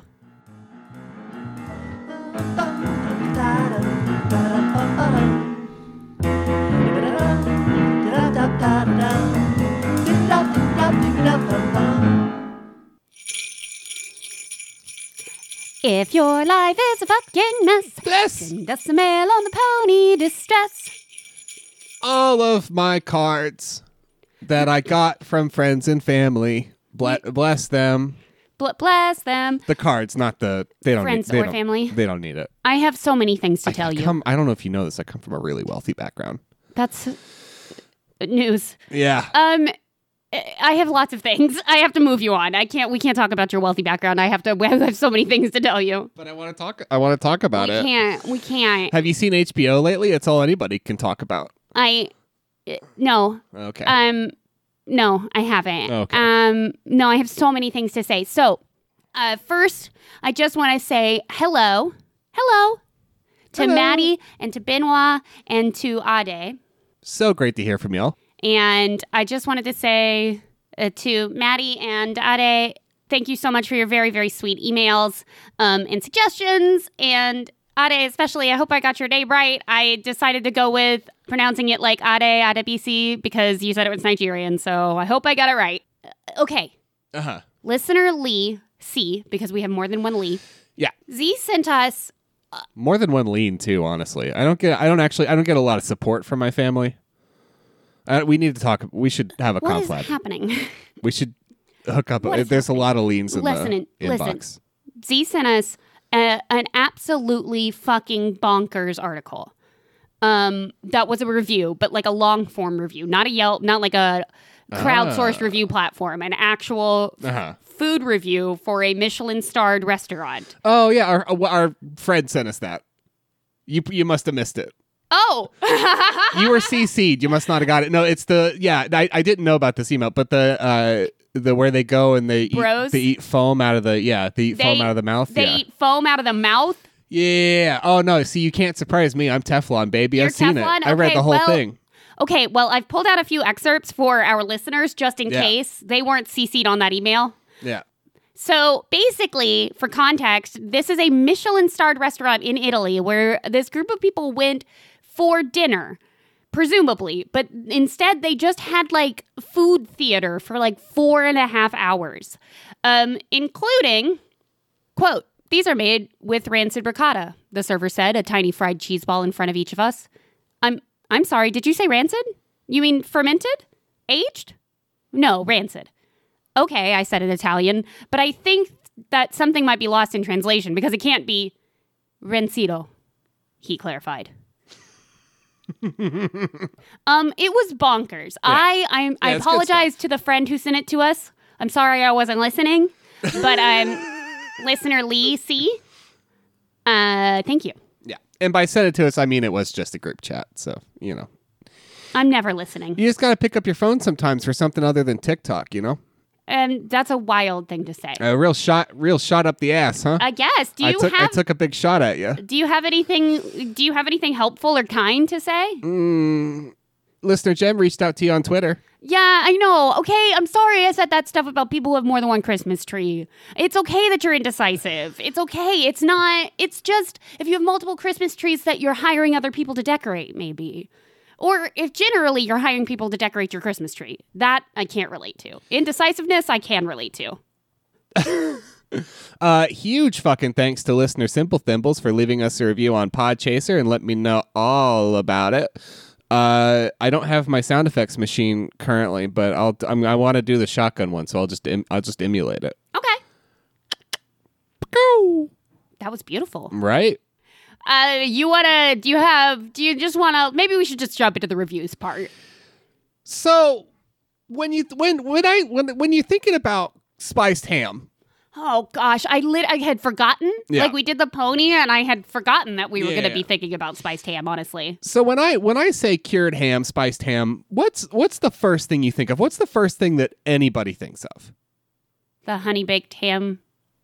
A: If your life is a fucking mess,
B: Bless
A: and that's the mail on the pony distress.
B: all of my cards that I got from friends and family. Ble- bless them.
A: Bl- bless them.
B: The cards, not the they don't
A: Friends
B: need, they
A: or
B: don't-
A: family.
B: They don't need it.
A: I have so many things to tell you.
B: Come, I don't know if you know this. I come from a really wealthy background.
A: That's uh, news.
B: Yeah.
A: Um, I I have lots of things. (laughs) I have to move you on. I can't. We can't talk about your wealthy background. I have to. (laughs) I have so many things to tell you.
B: (laughs) But I want to talk. I want to talk about
A: we
B: it.
A: can't. We can't.
B: Have you seen HBO lately? It's all anybody can talk about.
A: I. uh, No.
B: Okay. Oh,
A: Um. No, I haven't.
B: Okay.
A: Um. No, I have so many things to say. So, uh, first, I just want to say hello, hello, to
B: Hello.
A: Maddie and to Benoit and to Ade.
B: so great to hear from y'all.
A: And I just wanted to say uh, to Maddie and Ade, thank you so much for your very, very sweet emails um, and suggestions. And Ade, especially, I hope I got your name right. I decided to go with pronouncing it like Ade, Adebisi, because you said it was Nigerian. So I hope I got it right. Uh, Okay.
B: Uh huh.
A: Listener Lee C, because we have more than one Lee.
B: Yeah.
A: Z sent us
B: More than one lean too. Honestly, I don't get. I don't actually. I don't get a lot of support from my family. Uh, we need to talk. We should have a
A: what is
B: confab.
A: happening? (laughs)
B: We should hook up.
A: What is
B: There's a lot of leans in
A: Listen,
B: the
A: listen.
B: inbox.
A: Z sent us a, an absolutely fucking bonkers article. Um, that was a review, but like a long form review, not a Yelp, not like a crowdsourced
B: Ah.
A: review platform, an actual
B: Uh huh.
A: food review for a Michelin starred restaurant.
B: Oh yeah, our uh, our friend sent us that. You you must have missed it.
A: Oh, (laughs) Ah.
B: You were CC'd. You must not have got it. No, it's the yeah. I, I didn't know about this email, but the uh the where they go and they eat,
A: Bros?
B: they eat foam out of the yeah they eat foam
A: They-
B: out of the mouth.
A: they
B: yeah.
A: eat foam out of the mouth.
B: yeah yeah yeah. Oh no, see you can't surprise me. I'm Teflon baby.
A: You're
B: I've seen
A: Teflon?
B: it. I read
A: Okay,
B: the whole
A: well,
B: thing.
A: Okay, well, I've pulled out a few excerpts for our listeners just in
B: Yeah.
A: case they weren't CC'd on that email.
B: Yeah.
A: So basically, for context, this is a Michelin starred restaurant in Italy where this group of people went for dinner, presumably, but instead they just had like food theater for like four and a half hours, um, including, quote, these are made with rancid ricotta, the server said, a tiny fried cheese ball in front of each of us. I'm I'm sorry, did you say rancid? You mean fermented? Aged? No, rancid okay, I said in Italian, but I think that something might be lost in translation because it can't be Rencido, he
B: (laughs)
A: clarified. um, it was bonkers. I I, I
B: Yeah, it's good
A: apologize to the friend who sent it to us. I'm sorry I wasn't listening,
B: (laughs)
A: but um, listener Lee C. Uh, thank you.
B: Yeah. and by send it to us, I mean it was just a group chat. So you know,
A: I'm never listening.
B: you just gotta pick up your phone sometimes for something other than TikTok. You know,
A: And Um, that's a wild thing to say.
B: a real shot, real shot up the ass, huh?
A: I guess. Do
B: Uh, I
A: Uh, you
B: took I
A: have
B: took a big shot at you.
A: do you have anything do you have anything helpful or kind to say?
B: Mm, listener Jem reached out to you on Twitter.
A: Yeah, I know. Okay, I'm sorry I said that stuff about people who have more than one Christmas tree. It's okay that you're indecisive. It's okay. It's not, it's just if you have multiple Christmas trees that you're hiring other people to decorate, maybe. Or if generally you're hiring people to decorate your Christmas tree. That I can't relate to. Indecisiveness, I can relate to.
B: Uh, huge fucking thanks to listener Simple Thimbles for leaving us a review on Podchaser and let me know all about it. Uh, I don't have my sound effects machine currently, but I'll I'm, I want to do the shotgun one, so I'll just em, I'll just emulate it.
A: Okay, that was beautiful.
B: Right?
A: Uh, you wanna, do you have, do you just wanna, maybe we should just jump into the reviews part.
B: So when you when when I when when you're thinking about spiced ham,
A: Oh gosh, I lit. I had forgotten.
B: Yeah.
A: Like we did the pony, and I had forgotten that we were going
B: Yeah.
A: to be thinking about spiced ham. Honestly,
B: so when I when I say cured ham, spiced ham, what's what's the first thing you think of? What's the first thing that anybody thinks of?
A: the honey baked ham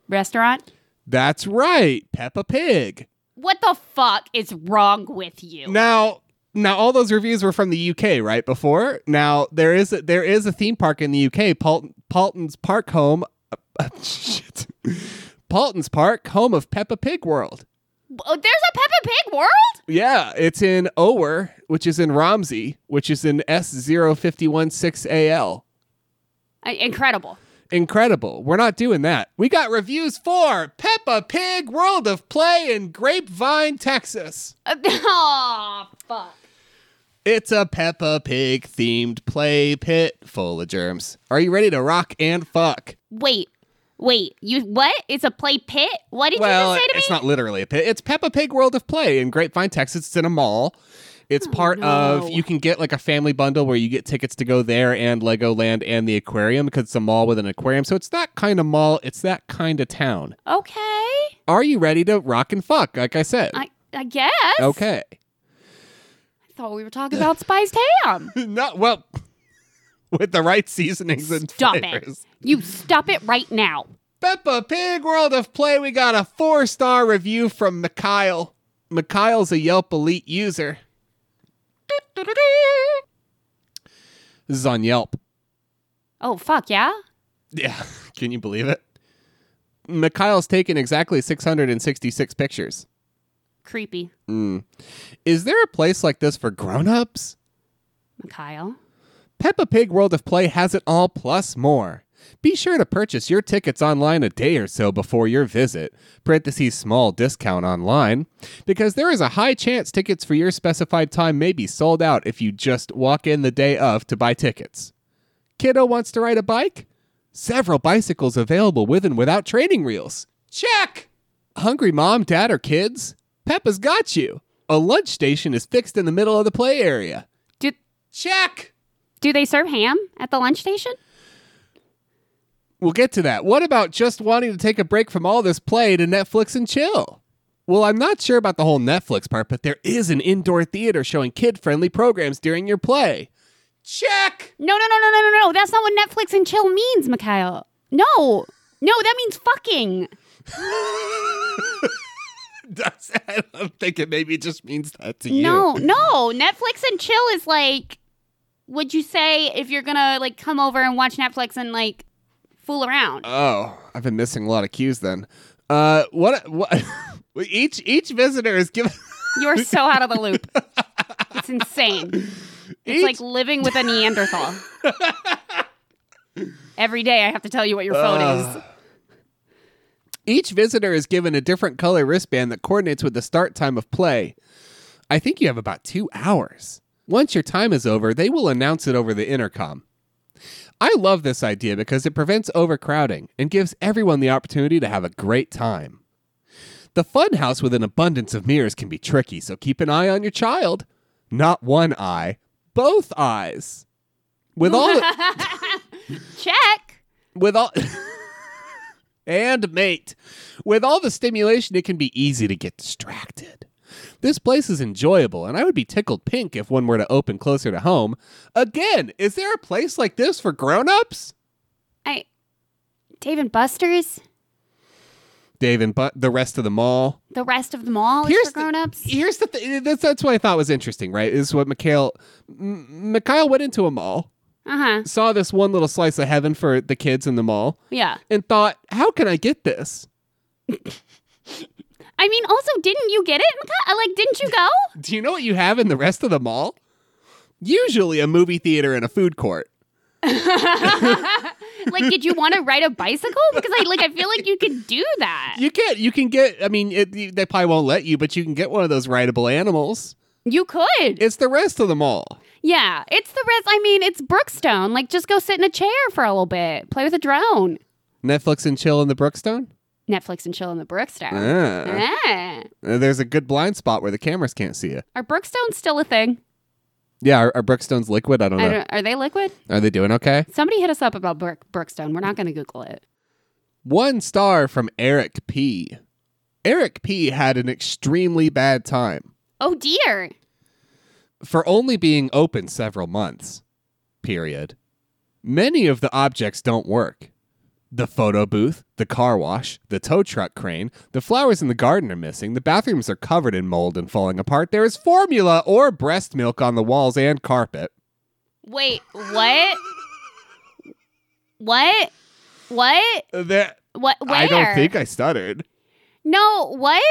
A: restaurant.
B: That's right, Peppa Pig.
A: What the fuck is wrong with you?
B: Now, now all those reviews were from the UK, right? Before now, there is a, there is a theme park in the UK, Palton, Palton's Park Home. (laughs) shit, Palton's Park, home of Peppa Pig World.
A: Oh, there's a Peppa Pig world.
B: Yeah, it's in Ower, which is in Romsey, which is in S 0516 AL.
A: I- incredible.
B: Incredible. We're not doing that. We got reviews for Peppa Pig World of Play in Grapevine, Texas.
A: Uh, (laughs) oh fuck.
B: It's a Peppa Pig themed play pit full of germs. Are you ready to rock and fuck?
A: Wait, wait. You what? It's a play pit. What did
B: well,
A: you just say to me?
B: it's not literally a pit. It's Peppa Pig World of Play in Grapevine, Texas. It's in a mall. It's part of
A: Oh, no.
B: you can get like a family bundle where you get tickets to go there and Legoland and the aquarium because it's a mall with an aquarium. So it's that kind of mall. It's that kind of town.
A: okay.
B: Are you ready to rock and fuck? Like I said.
A: I I guess.
B: okay. (laughs)
A: I thought we were talking about spiced ham.
B: Not well. (laughs) With the right seasonings and
A: Stop
B: flavors.
A: it. You stop it right now.
B: Peppa Pig World of Play, we got a four star review from Mikhail. Mikhail's a Yelp Elite user. This is on Yelp.
A: Oh fuck yeah.
B: Yeah. (laughs) Can you believe it? Mikhail's taken exactly 666 pictures.
A: Creepy.
B: Is there a place like this for grown ups?
A: Kyle.
B: Peppa Pig World of Play has it all plus more. Be sure to purchase your tickets online a day or so before your visit, parentheses small discount online, because there is a high chance tickets for your specified time may be sold out if you just walk in the day of to buy tickets. Kiddo wants to ride a bike? Several bicycles available with and without training wheels. Check! Hungry mom, dad, or kids? Peppa's got you. A lunch station is fixed in the middle of the play area.
A: Do
B: Check!
A: do they serve ham at the lunch station?
B: We'll get to that. What about just wanting to take a break from all this play to Netflix and chill? Well, I'm not sure about the whole Netflix part, but there is an indoor theater showing kid friendly programs during your play. Check! (laughs)
A: No, no, no, no, no, no, no. That's not what Netflix and chill means, Mikhail. No. No, that means fucking.
B: That's, I don't think it maybe just means that to you.
A: No, no. Netflix and chill is like would you say if you're gonna like come over and watch Netflix and like fool around?
B: Oh, I've been missing a lot of cues then. Uh, what? What? (laughs) each each visitor is given.
A: You're so out of the loop. It's insane. It's
B: Each-
A: like living with a
B: (laughs)
A: Neanderthal. Every day I have to tell you what your phone
B: Uh,
A: is.
B: Each visitor is given a different color wristband that coordinates with the start time of play. I think you have about two hours. Once your time is over, they will announce it over the intercom. I love this idea because it prevents overcrowding and gives everyone the opportunity to have a great time. The funhouse with an abundance of mirrors can be tricky, so keep an eye on your child. Not one eye, both eyes. With all the,
A: (laughs) Check.
B: with all (laughs) and mate with all the stimulation it can be easy to get distracted This place is enjoyable, and I would be tickled pink if one were to open closer to home. Again, is there a place like this for grown-ups?
A: I. Dave and Buster's?
B: Dave and but the rest of the mall.
A: The rest of the mall is
B: Here's
A: for
B: the-
A: grown ups?
B: Here's the thing. That's, that's what I thought was interesting, right? Is what Mikhail, M- Mikhail went into a mall,
A: Uh huh.
B: saw this one little slice of heaven for the kids in the mall,
A: Yeah.
B: and thought, how can I get this?
A: I mean, also, didn't you get it? Mika? Uh, Like, didn't you go?
B: Do you know what you have in the rest of the mall? Usually a movie theater and a food court.
A: like, did you want
B: (laughs)
A: to ride a bicycle? Because I like, I feel like you could do that.
B: You get, you can get. I mean, it, you- they probably won't let you, but you can get one of those rideable animals.
A: You could.
B: It's the rest of the mall.
A: Yeah, it's the rest. I mean, it's Brookstone. Like, just go sit in a chair for a little bit, play with a drone,
B: Netflix and chill in the Brookstone.
A: Netflix and chill in the Brookstone.
B: Ah.
A: Yeah.
B: There's a good blind spot where the cameras can't see you.
A: Are Brookstones still a thing?
B: Yeah, are, are Brookstones liquid? I don't know.
A: I don't, are they liquid?
B: Are they doing okay?
A: Somebody hit us up about Brook, Brookstone. We're not going to Google it.
B: One star from Eric P. Eric P had an extremely bad time
A: Oh dear.
B: for only being open several months. Period. Many of the objects don't work. The photo booth, the car wash, the tow truck crane, the flowers in the garden are missing, the bathrooms are covered in mold and falling apart, there is formula or breast milk on the walls and carpet.
A: Wait, what? what? What?
B: There,
A: What? Where?
B: I don't think I stuttered. (laughs)
A: No, what?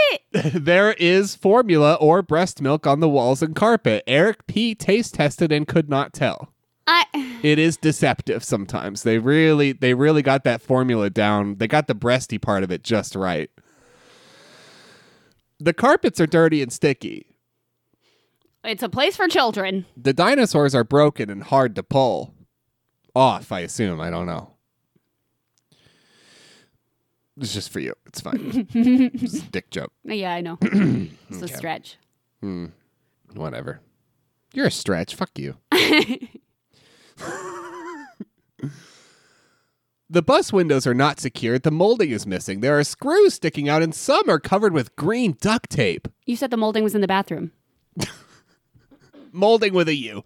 B: there is formula or breast milk on the walls and carpet. Eric P taste tested and could not tell.
A: I.
B: It is deceptive sometimes. They really they really got that formula down. They got the breasty part of it just right. The carpets are dirty and sticky.
A: It's a place for children.
B: The dinosaurs are broken and hard to pull off, I assume. I don't know. It's just for you. It's fine. it's a dick joke.
A: Yeah,
B: (clears throat)
A: I know. it's a stretch.
B: Whatever. You're a stretch. Fuck you. the bus windows are not secured. The molding is missing. There are screws sticking out, and some are covered with green duct tape.
A: You said the molding was in the bathroom.
B: Molding with a U.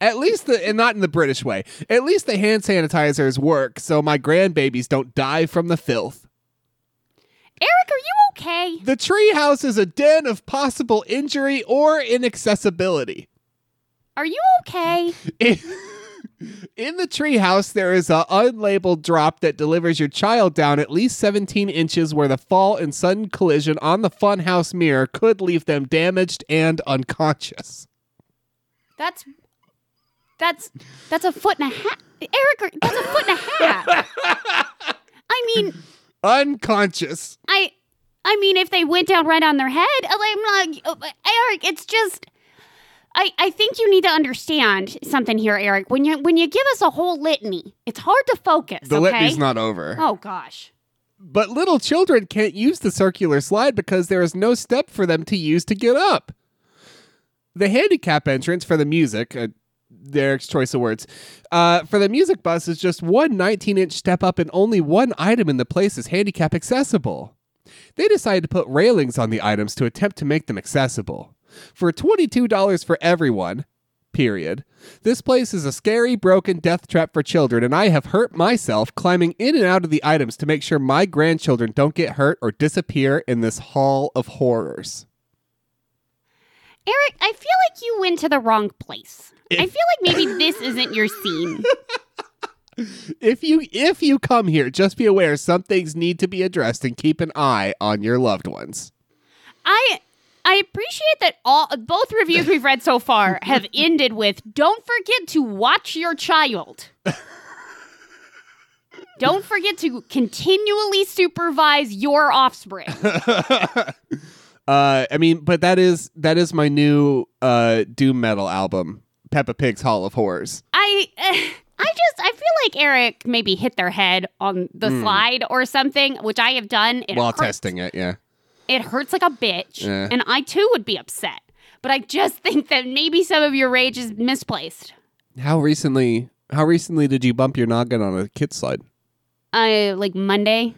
B: At least the, and not in the British way, at least the hand sanitizers work so my grandbabies don't die from the filth.
A: Eric, are you okay?
B: The treehouse is a den of possible injury or inaccessibility.
A: Are you okay?
B: In, (laughs) in the treehouse, there is a unlabeled drop that delivers your child down at least 17 inches, where the fall and sudden collision on the funhouse mirror could leave them damaged and unconscious.
A: That's that's that's a foot and a half. Eric, are- that's a foot and a half.
B: (laughs)
A: I mean,
B: Unconscious.
A: I I mean if they went down right on their head, I'm like uh, Eric, it's just I, I think you need to understand something here, Eric. When you when you give us a whole litany, it's hard to focus.
B: The
A: okay?
B: litany's not over.
A: Oh gosh.
B: But little children can't use the circular slide because there is no step for them to use to get up. The handicap entrance for the music, uh, Derek's choice of words, uh, for the music bus is just one 19 inch step up and only one item in the place is handicap accessible. They decided to put railings on the items to attempt to make them accessible. For $22 for everyone, period. This place is a scary, broken death trap for children, and I have hurt myself climbing in and out of the items to make sure my grandchildren don't get hurt or disappear in this hall of horrors.
A: Eric, I feel like you went to the wrong place. I feel like maybe this isn't your scene.
B: If you if you come here, just be aware some things need to be addressed and keep an eye on your loved ones.
A: I I appreciate that all both reviews we've read so
B: (laughs)
A: far have ended with don't forget to watch your
B: (laughs)
A: child. don't forget to continually supervise your
B: (laughs)
A: offspring.
B: Uh, I mean, but that is that is my new uh, doom metal album, Peppa Pig's Hall of Horrors.
A: I I just I feel like Eric maybe hit their head on the slide or something, which I have done. It
B: While
A: hurts.
B: Hmm. testing it, yeah.
A: It hurts like a bitch,
B: Yeah.
A: and I too would be upset. But I just think that maybe some of your rage is misplaced.
B: How recently? How recently did you bump your noggin on a kid slide?
A: I like Monday.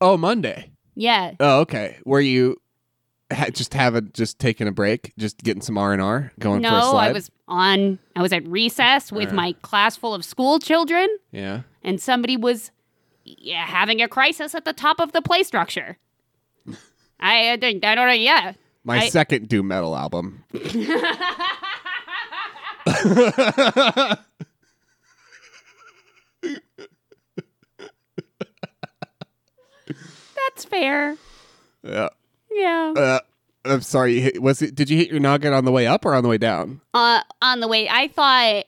B: Oh, Monday.
A: Yeah.
B: Oh, okay. Were you ha- just have a just taking a break, just getting some R and R, going for a
A: No,
B: slide.
A: I was on. I was at recess with
B: Alright.
A: my class full of school children,
B: yeah.
A: and somebody was yeah, having a crisis at the top of the play structure. I, I don't I don't know. Yeah,
B: My
A: I-
B: second doom
A: (laughs)
B: metal album. (laughs)
A: that's fair.
B: Yeah.
A: Yeah.
B: Uh, I'm sorry. you hit- Was it? Did you hit your noggin on the way up or on the way down?
A: Uh, on the way, I thought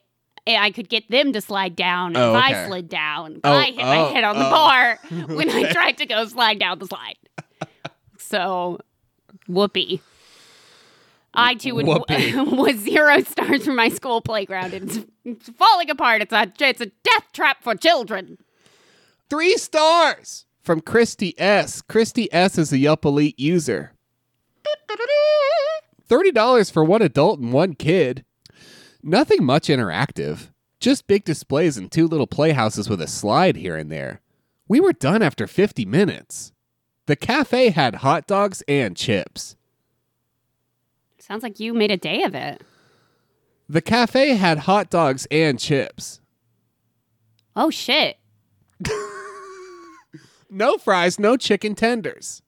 A: eh, I could get them to slide down
B: Oh,
A: if
B: okay.
A: I slid down.
B: Oh,
A: I hit
B: oh,
A: my head on the
B: oh. (laughs)
A: bar when I tried to go slide down the slide. so, whoopee. I too would (laughs)
B: Whoopee.
A: was zero stars for my school playground. It's, it's falling apart. It's a it's a death trap for children.
B: Three stars from Christy S. Christy S is a Yelp Elite user. $30 for one adult and one kid. Nothing much interactive. Just big displays and two little playhouses with a slide here and there. We were done after 50 minutes. The cafe had hot dogs and chips.
A: Sounds like you made a day of it.
B: The cafe had hot dogs and chips. (laughs)
A: Oh shit!
B: No fries, no chicken tenders.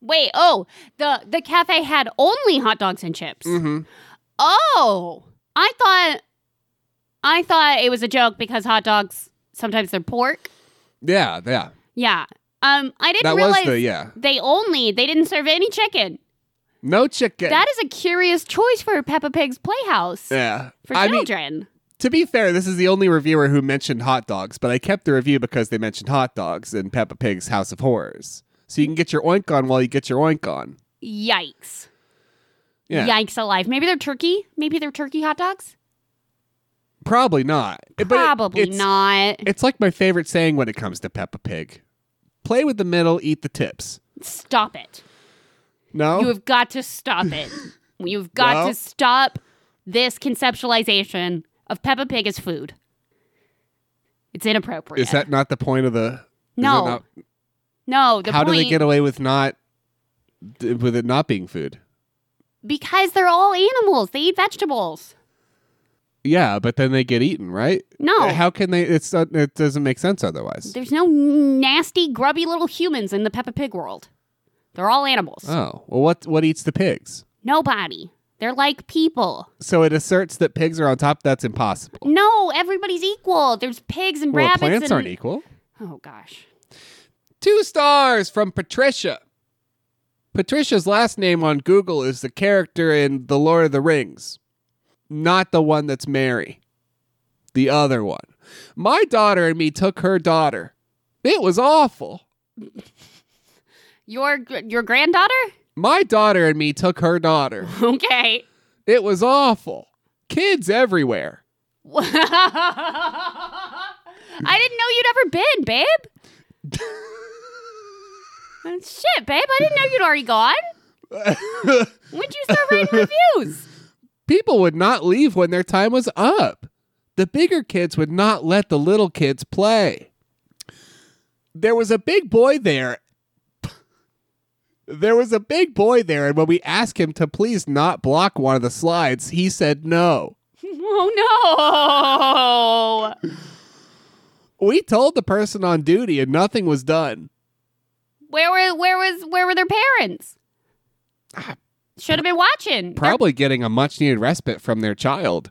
A: Wait. Oh, the the cafe had only hot dogs and chips.
B: Mm-hmm.
A: Oh, I thought, I thought it was a joke because hot dogs sometimes they're pork.
B: Yeah, yeah.
A: Yeah. Um, I didn't
B: That was
A: realize
B: the, yeah.
A: they only they didn't serve any chicken.
B: No chicken.
A: That is a curious choice for Peppa Pig's Playhouse
B: yeah.
A: for
B: I mean,
A: children.
B: to be fair, this is the only reviewer who mentioned hot dogs, but I kept the review because they mentioned hot dogs in Peppa Pig's House of Horrors. So you can get your oink on while you get your oink on.
A: Yikes!
B: Yeah.
A: Yikes alive. Maybe they're turkey. Maybe they're turkey hot dogs.
B: Probably not. But it-
A: Probably
B: it's-
A: not.
B: It's like my favorite saying when it comes to Peppa Pig play with the middle, eat the tips.
A: Stop it.
B: No?
A: You have got to stop
B: (laughs)
A: it. You've got
B: No.
A: to stop this conceptualization of Peppa Pig as food. It's inappropriate.
B: is that not the point of the. is
A: No,
B: that not-
A: no, the
B: how
A: point
B: do they get away with not. d- with it not being food?
A: because they're all animals. They eat vegetables.
B: Yeah, but then they get eaten, right?
A: No.
B: How can they? It's not, it doesn't make sense otherwise.
A: There's no nasty, grubby little humans in the Peppa Pig world. They're all animals.
B: Oh well, what what eats the pigs?
A: Nobody. They're like people.
B: So it asserts that pigs are on top. That's impossible.
A: No, everybody's equal. There's pigs and
B: Well,
A: rabbits
B: plants
A: and
B: aren't e- equal.
A: Oh gosh.
B: Two stars from Patricia. Patricia's last name on Google is the character in The Lord of the Rings, not the one that's Mary, the other one. My daughter and me took her daughter. It was awful.
A: Your your granddaughter? (laughs)
B: My daughter and me took her daughter.
A: Okay.
B: It was awful. Kids everywhere.
A: I didn't know you'd ever been, babe. Uh, Shit, babe, I didn't know you'd already gone. When'd you start
B: (laughs)
A: writing reviews?
B: People would not leave when their time was up. The bigger kids would not let the little kids play. There was a big boy there. There was a big boy there, and when we asked him to please not block one of the slides, he said no.
A: Oh no.
B: We told the person on duty, and nothing was done.
A: Where were where was where were their parents?
B: Ah.
A: Should have been watching. They're-
B: Probably getting a much needed respite from
A: (laughs)
B: their child.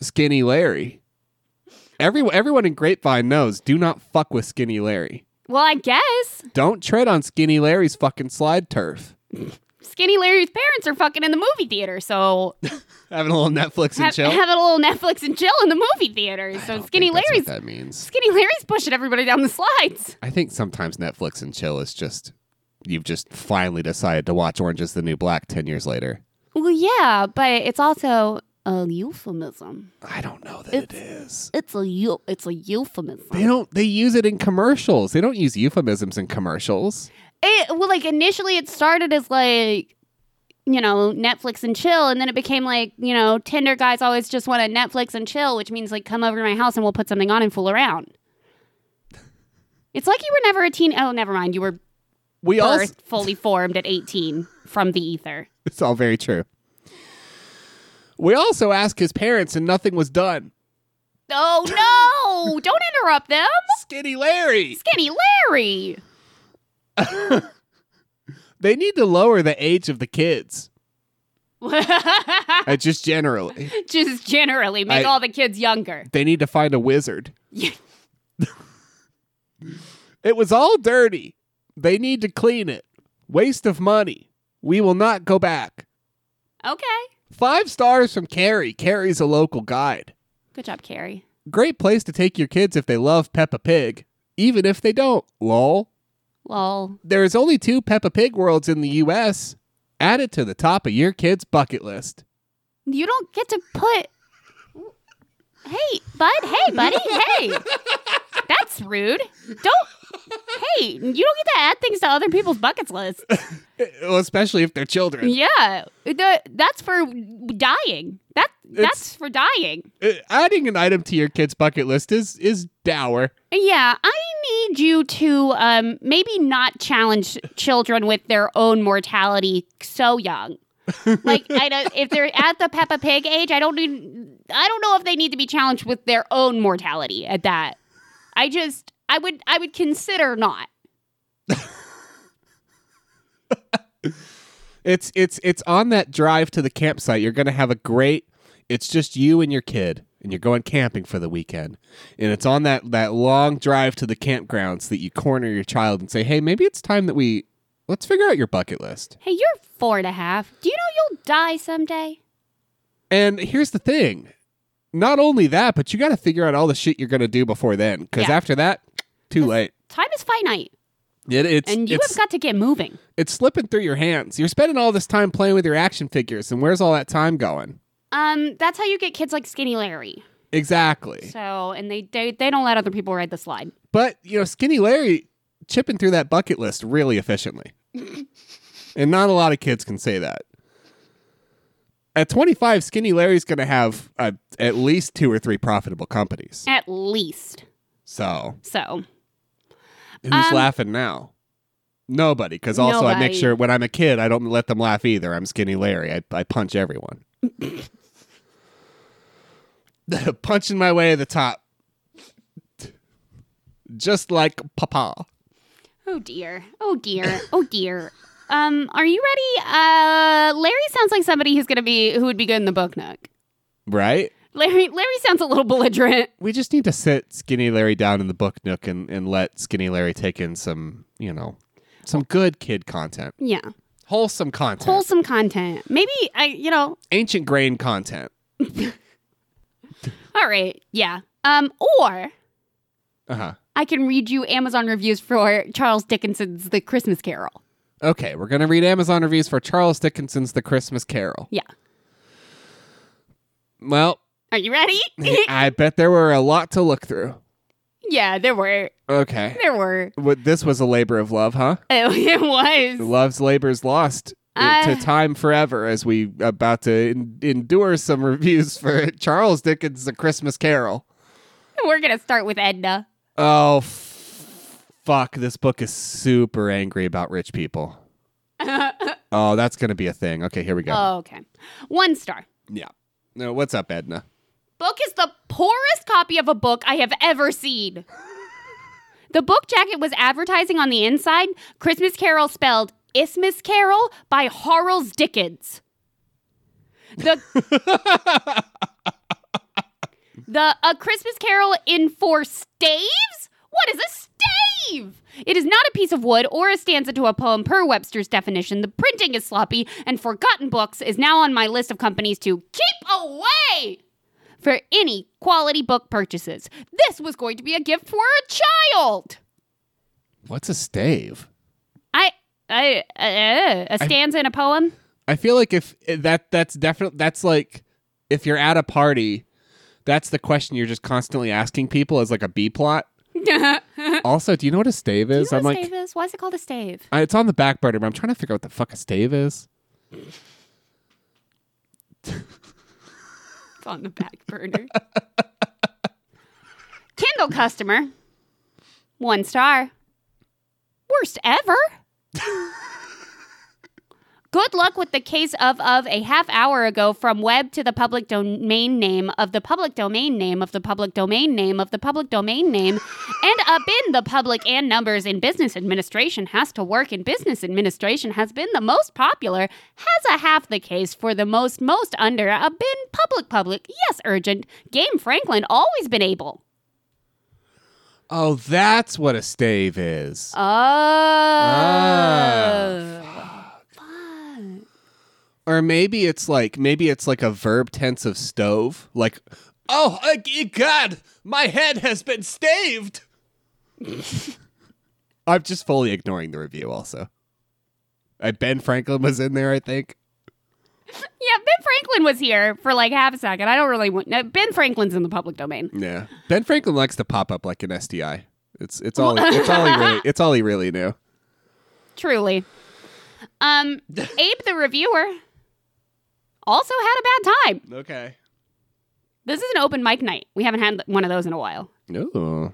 B: Skinny Larry. Every, everyone in Grapevine knows do not fuck with Skinny Larry.
A: Well, I guess
B: Don't tread on Skinny Larry's fucking slide turf.
A: Skinny Larry's parents are fucking in the movie theater, so
B: Having a little Netflix and
A: have,
B: chill.
A: having a little Netflix and chill in the movie theater.
B: I
A: So
B: don't
A: Skinny
B: think that's
A: Larry's
B: what that means.
A: Skinny Larry's pushing everybody down the slides.
B: I think sometimes Netflix and chill is just you've just finally decided to watch Orange Is the New Black ten years later.
A: Well, yeah, but it's also a euphemism.
B: I don't know that it is.
A: It's a eu- it's a euphemism.
B: They don't. They use it in commercials. They don't use euphemisms in commercials.
A: It, well, like initially it started as like you know Netflix and chill, and then it became like you know Tinder guys always just want to Netflix and chill, which means like come over to my house and we'll put something on and fool
B: (laughs)
A: around. It's like you were never a teen. Oh, never mind. You were
B: We all
A: birth fully formed at eighteen. from the ether.
B: (laughs) It's all very true. We also asked his parents, and nothing was done.
A: Oh
B: (laughs)
A: no! Don't interrupt them,
B: Skinny Larry! (laughs)
A: Skinny Larry. (laughs)
B: They need to lower the age of the kids, uh, just generally.
A: Just generally make
B: I-
A: all the kids younger. (laughs)
B: They need to find a wizard. It was all dirty. They need to clean it. Waste of money. We will not go back.
A: okay.
B: Five stars from Carrie. Carrie's a local guide.
A: Good job, Carrie.
B: Great place to take your kids if they love Peppa Pig, even if they don't. Lol.
A: Lol.
B: There is only two Peppa Pig worlds in the U.S. Add it to the top of your kid's bucket list.
A: You don't get to put. Hey, bud. Hey, buddy. Hey. That's rude. Don't. Hey, you don't get to add things to other people's buckets list.
B: Uh, Well, especially if they're children.
A: Yeah, the, that's for dying. That that's for dying.
B: Uh, Adding an item to your kid's bucket list is is dour.
A: Yeah, I need you to um, maybe not challenge children with their own mortality so young. like I don't, if they're at the Peppa Pig age, I don't need, I don't know if they need to be challenged with their own mortality at that. I just I would I would consider not.
B: It's it's it's on that drive to the campsite. You're gonna have a great. It's just you and your kid, and you're going camping for the weekend. And it's on that that long drive to the campgrounds that you corner your child and say, "Hey, maybe it's time that we let's figure out your bucket list."
A: Hey, you're four and a half. Do you know you'll die someday?
B: And here's the thing: not only that, but you got to figure out all the shit you're gonna do before then, because
A: Yeah.
B: after that, too late.
A: Time is finite,
B: It, it's
A: and you
B: it's,
A: have got to get moving.
B: it's slipping through your hands. You're spending all this time playing with your action figures, and where's all that time going?
A: Um, that's how you get kids like Skinny Larry.
B: Exactly.
A: So, and they they, they don't let other people ride the slide.
B: But you know, Skinny Larry chipping through that bucket list
A: (laughs)
B: really efficiently, and not a lot of kids can say that. At 25, Skinny Larry's going to have uh, at least two or three profitable companies.
A: At least.
B: So
A: So,
B: who's
A: Um,
B: laughing now? Nobody, because also I make
A: Nobody.
B: sure when I'm a kid, I don't let them laugh either. I'm Skinny Larry. I, I punch everyone.
A: (laughs)
B: Punching my way to the top. Just like Papa.
A: oh dear. Oh dear. Oh dear. Um, are you ready? Uh, Larry sounds like somebody who's going to be who would be good in the book nook.
B: Right?
A: Larry Larry sounds a little belligerent.
B: we just need to sit Skinny Larry down in the book nook and, and let Skinny Larry take in some, you know, some good kid content,
A: Yeah.
B: wholesome content,
A: Wholesome content. Maybe I, you know,
B: ancient grain content.
A: all right. Yeah. Um, or
B: Uh huh.
A: I can read you Amazon reviews for Charles Dickinson's The Christmas Carol.
B: Okay, we're gonna read Amazon reviews for Charles Dickinson's The Christmas Carol.
A: Yeah. (laughs)
B: Well,
A: Are you ready?
B: I bet there were a lot to look through.
A: yeah, there were.
B: Okay,
A: There were. (laughs)
B: What this was a labor of love, huh?
A: Oh, it was.
B: Love's labor's lost
A: I-
B: to time forever as we about to en- endure some reviews for Charles Dickens' The Christmas Carol.
A: We're gonna start with Edna.
B: Oh, f- fuck. This book is super angry about
A: (laughs)
B: rich people. oh, that's going to be a thing. Okay, here we go.
A: Oh, okay. One star.
B: yeah. No, what's up, Edna?
A: Book is the poorest copy of a book I have ever seen. the book jacket was advertising on the inside Christmas Carol spelled Isthmus Carol by Harles Dickens. The The A Christmas Carol in Four Staves? What is a stave? It is not a piece of wood or a stanza to a poem per Webster's definition. The printing is sloppy, and Forgotten Books is now on my list of companies to keep away for any quality book purchases. This was going to be a gift for a child.
B: What's a stave?
A: I, I, uh, a stanza in a (laughs) poem?
B: I feel like if eh, that that's definitely that's like if you're at a party, that's the question you're just constantly asking people as like a B plot. also, do you know what a stave is?
A: Uh. You know
B: I'm
A: what
B: like
A: a stave is? Why is it called a stave?
B: I- it's on the back burner, but I'm trying to figure out what the fuck a stave is.
A: It's on the back burner. (laughs) Kindle customer. One star. Worst ever. Good luck with the case of of a half hour ago from web to the public domain name of the public domain name of the public domain name of the public domain name and up in the public and numbers in business administration has to work in business administration has been the most popular has a half the case for the most most under a been public public yes urgent game Franklin always been able.
B: Oh, that's what a stave is.
A: Oh. Ah, fuck.
B: Or maybe it's like maybe it's like a verb tense of stove. Like, oh uh, g- God, my head has been staved. (laughs) I'm just fully ignoring the review. Also, Uh, Ben Franklin was in there. I think.
A: Yeah, Ben Franklin was here for like half a second. I don't really want. No, ben Franklin's in the public domain.
B: Yeah, Ben Franklin likes to pop up like an STI. It's it's all it's all he (laughs) really it's all he really knew.
A: Truly. Um, Abe the reviewer also had a bad time.
B: Okay.
A: This is an open mic night. We haven't had one of those in a while.
B: Ooh.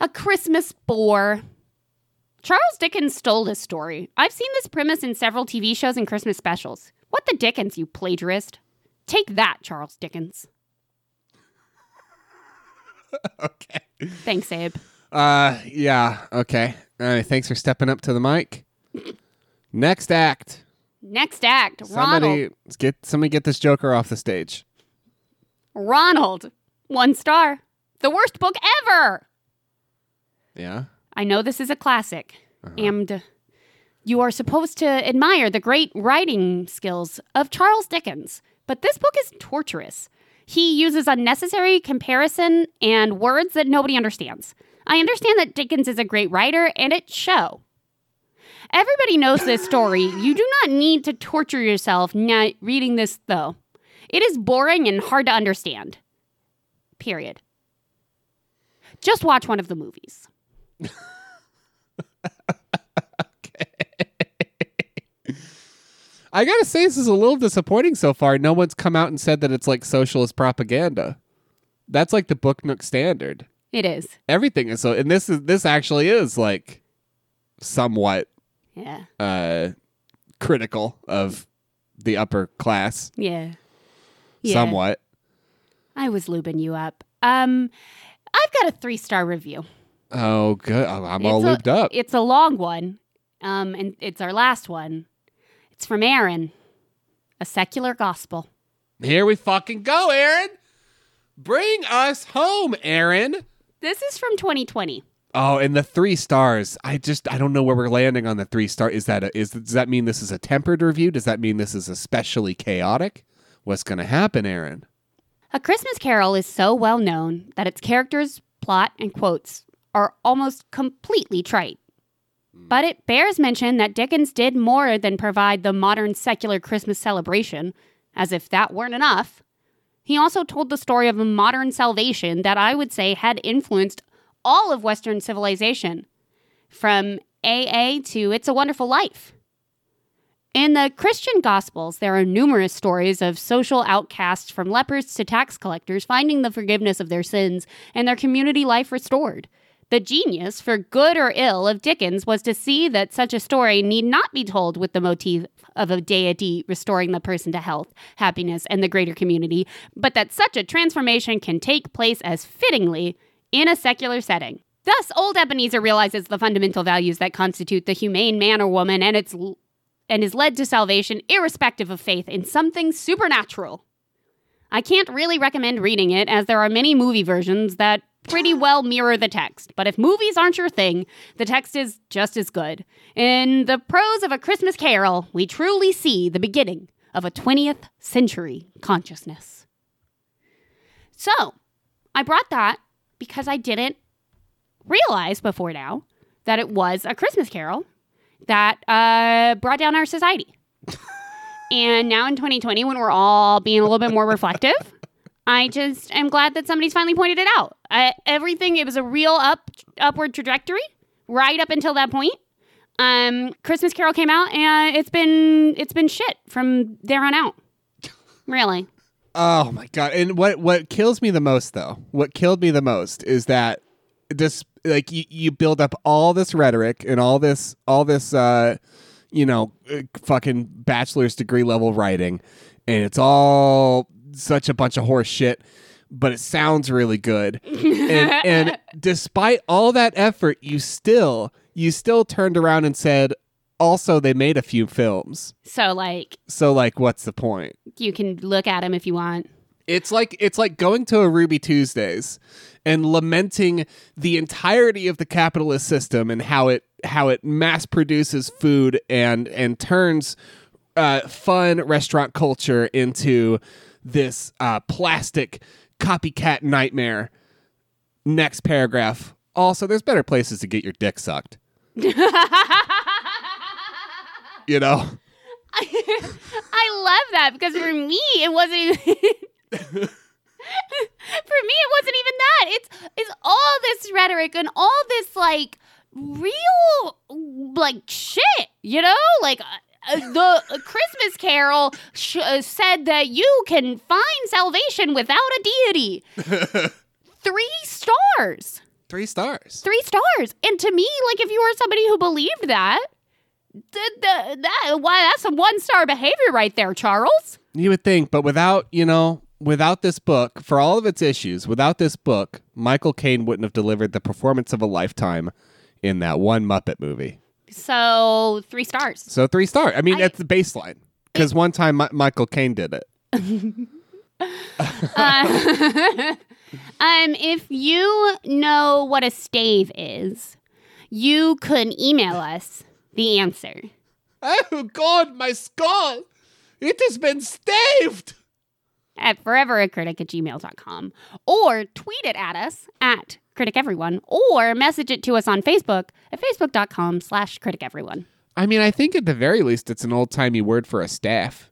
A: A Christmas bore. Charles Dickens stole this story. I've seen this premise in several TV shows and Christmas specials. What the Dickens, you plagiarist? Take that, Charles Dickens.
B: Okay.
A: Thanks, Abe.
B: Uh, yeah. Okay. All right. Thanks for stepping up to the (laughs) mic. Next act.
A: Next act,
B: Somebody get somebody get this Joker off the stage.
A: Ronald. Ronald. One star. The worst book ever.
B: Yeah.
A: I know this is a classic, and you are supposed to admire the great writing skills of Charles Dickens, but this book is torturous. He uses unnecessary comparison and words that nobody understands. I understand that Dickens is a great writer, and it show. Everybody knows this story. You do not need to torture yourself na- reading this, though. It is boring and hard to understand. Period. Just watch one of the movies.
B: I gotta say, this is a little disappointing so far. No one's come out and said that it's like socialist propaganda. That's like the book nook standard.
A: It is.
B: Everything is so, and this is this actually is like somewhat
A: Yeah.
B: uh critical of the upper class,
A: Yeah.
B: somewhat.
A: I was lubing you up. Um, I've got a three star review.
B: Oh, good. I'm I'm all
A: It's a-
B: looped up.
A: It's a long one, um, and it's our last one. It's from Aaron, a secular gospel.
B: Here we fucking go, Aaron. Bring us home, Aaron.
A: This is from 2020.
B: Oh, and the three stars. I just I don't know where we're landing on the three star. Is that a, is does that mean this is a tempered review? Does that mean this is especially chaotic? What's gonna happen, Aaron?
A: A Christmas Carol is so well known that its characters, plot, and quotes are almost completely trite. But it bears mention that Dickens did more than provide the modern secular Christmas celebration, as if that weren't enough. He also told the story of a modern salvation that I would say had influenced all of Western civilization, from AA to It's a Wonderful Life. In the Christian Gospels, there are numerous stories of social outcasts from lepers to tax collectors finding the forgiveness of their sins and their community life restored. The genius, for good or ill, of Dickens was to see that such a story need not be told with the motif of a deity restoring the person to health, happiness, and the greater community, but that such a transformation can take place as fittingly in a secular setting. Thus, old Ebenezer realizes the fundamental values that constitute the humane man or woman and its l- and is led to salvation irrespective of faith in something supernatural. I can't really recommend reading it as there are many movie versions that pretty well mirror the text, but if movies aren't your thing, the text is just as good. In the prose of A Christmas Carol, we truly see the beginning of a 20th century consciousness. So, I brought that because I didn't realize before now that it was A Christmas Carol that uh, brought down our society. and now in 2020, when we're all being a little bit more reflective, I just am glad that somebody's finally pointed it out. I, everything it was a real up upward trajectory right up until that point. Um, Christmas Carol came out, and it's been it's been shit from there on out. Really,
B: Oh my god! And what what kills me the most though, what killed me the most is that this like you, you build up all this rhetoric and all this all this uh you know, uh, fucking bachelor's degree level writing, and it's all such a bunch of horse shit, but it sounds really good. and, and despite all that effort, you still you still turned around and said, also they made a few films.
A: So like
B: So like, what's the point?
A: you can look at him if you want. (laughs)
B: It's like it's like going to a Ruby Tuesdays and lamenting the entirety of the capitalist system and how it how it mass produces food and and turns uh, fun restaurant culture into this uh, plastic copycat nightmare. Next paragraph. Also, there's better places to get your dick sucked. You know.
A: (laughs) I love that because for me it wasn't even (laughs) For me it wasn't even that. It's it's all this rhetoric and all this like real like shit, you know? Like uh, uh, the Christmas Carol sh- uh, said that you can find salvation without a deity. 3 stars
B: Three stars.
A: three stars. And to me, like if you were somebody who believed that, th- th- that why that's some one star behavior right there, Charles.
B: You would think, but without, you know, without this book, for all of its issues, without this book, Michael Caine wouldn't have delivered the performance of a lifetime in that one Muppet movie.
A: So three
B: (laughs)
A: stars.
B: So three star. I mean,
A: I-
B: that's the baseline. Because one time Mi- Michael Caine did it.
A: Uh, (laughs) um, if you know what a stave is, you can email us the answer.
B: Oh God, my skull! It has been staved.
A: at forevercritic at gmail.com or tweet it at us at critic everyone or message it to us on facebook at facebook.com slash critic everyone
B: I mean, I think at the very least, it's an old timey word for a staff,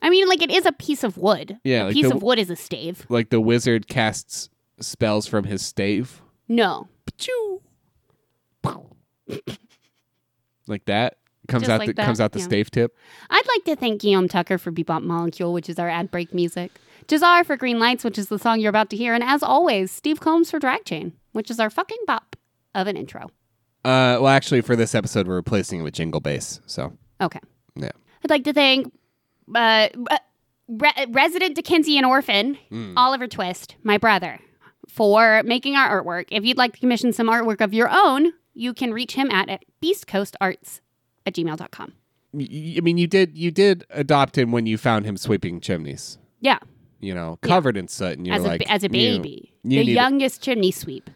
A: i mean like it is a piece of wood
B: Yeah,
A: a
B: like
A: piece
B: the-
A: of wood is a stave
B: like the wizard casts spells from his stave,
A: no
B: Pachoo. (laughs) like that. Comes
A: Just
B: out
A: like
B: the
A: that,
B: comes out the
A: yeah.
B: stave tip.
A: i'd like to thank guillaume tucker for bebop molecule which is our ad break music jazar for green lights which is the song you're about to hear and as always steve combs for drag chain which is our fucking bop of an intro
B: Uh, well, actually, for this episode, we're replacing it with jingle bass. So
A: okay
B: yeah,
A: I'd like to thank uh, re- resident Dickensian orphan
B: Hmm.
A: Oliver Twist, my brother, for making our artwork. If you'd like to commission some artwork of your own, you can reach him at, at beastcoastarts at gmail.com.
B: Y- y- I mean, you did you did adopt him when you found him sweeping chimneys.
A: Yeah,
B: You know, covered in soot, and you're
A: as,
B: like
A: a, as a
B: you-
A: baby,
B: you need
A: the
B: it.
A: youngest chimney sweep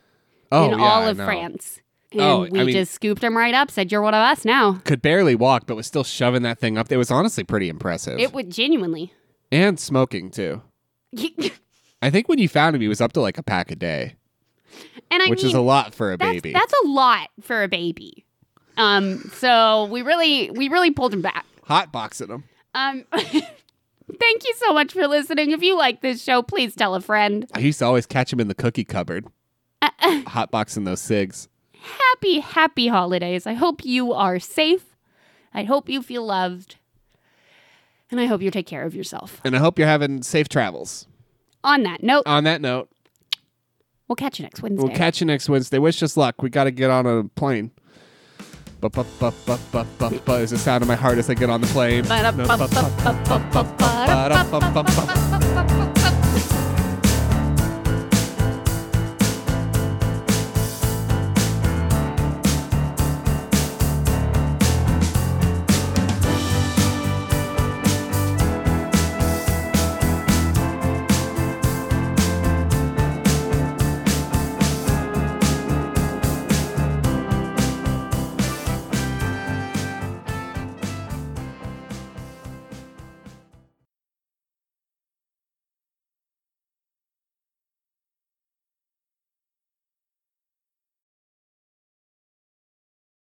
B: oh,
A: in
B: yeah,
A: all
B: I
A: of
B: know.
A: France. And
B: Oh, I
A: we
B: mean-
A: just scooped him right up, said, You're one of us now.
B: Could barely walk, but was still shoving that thing up. It was honestly pretty impressive,
A: It would genuinely. (laughs)
B: and smoking too.
A: and
B: I think when you found him, he was up to like a pack a day,
A: I
B: which
A: mean,
B: is a lot for a
A: that's,
B: baby.
A: That's a lot for a baby. Um, so we really, we really pulled him back.
B: Hot boxing him.
A: Um, (laughs) thank you so much for listening. If you like this show, please tell a friend.
B: I used to always catch him in the cookie cupboard,
A: Uh, uh,
B: hot boxing those cigs.
A: happy, happy holidays. I hope you are safe. I hope you feel loved. And I hope you take care of yourself.
B: And I hope you're having safe travels.
A: On that note,
B: On that note,
A: we'll catch you next Wednesday.
B: We'll catch you next Wednesday. Wish us luck. We got to get on a plane. Bu- bu- bu- bu- bu- bu- bu- Is the sound of my heart as I get on the plane.
A: Ba-da-ba-ba-ba-ba-ba-ba-ba.
B: Ba-da-bum-bum-bum.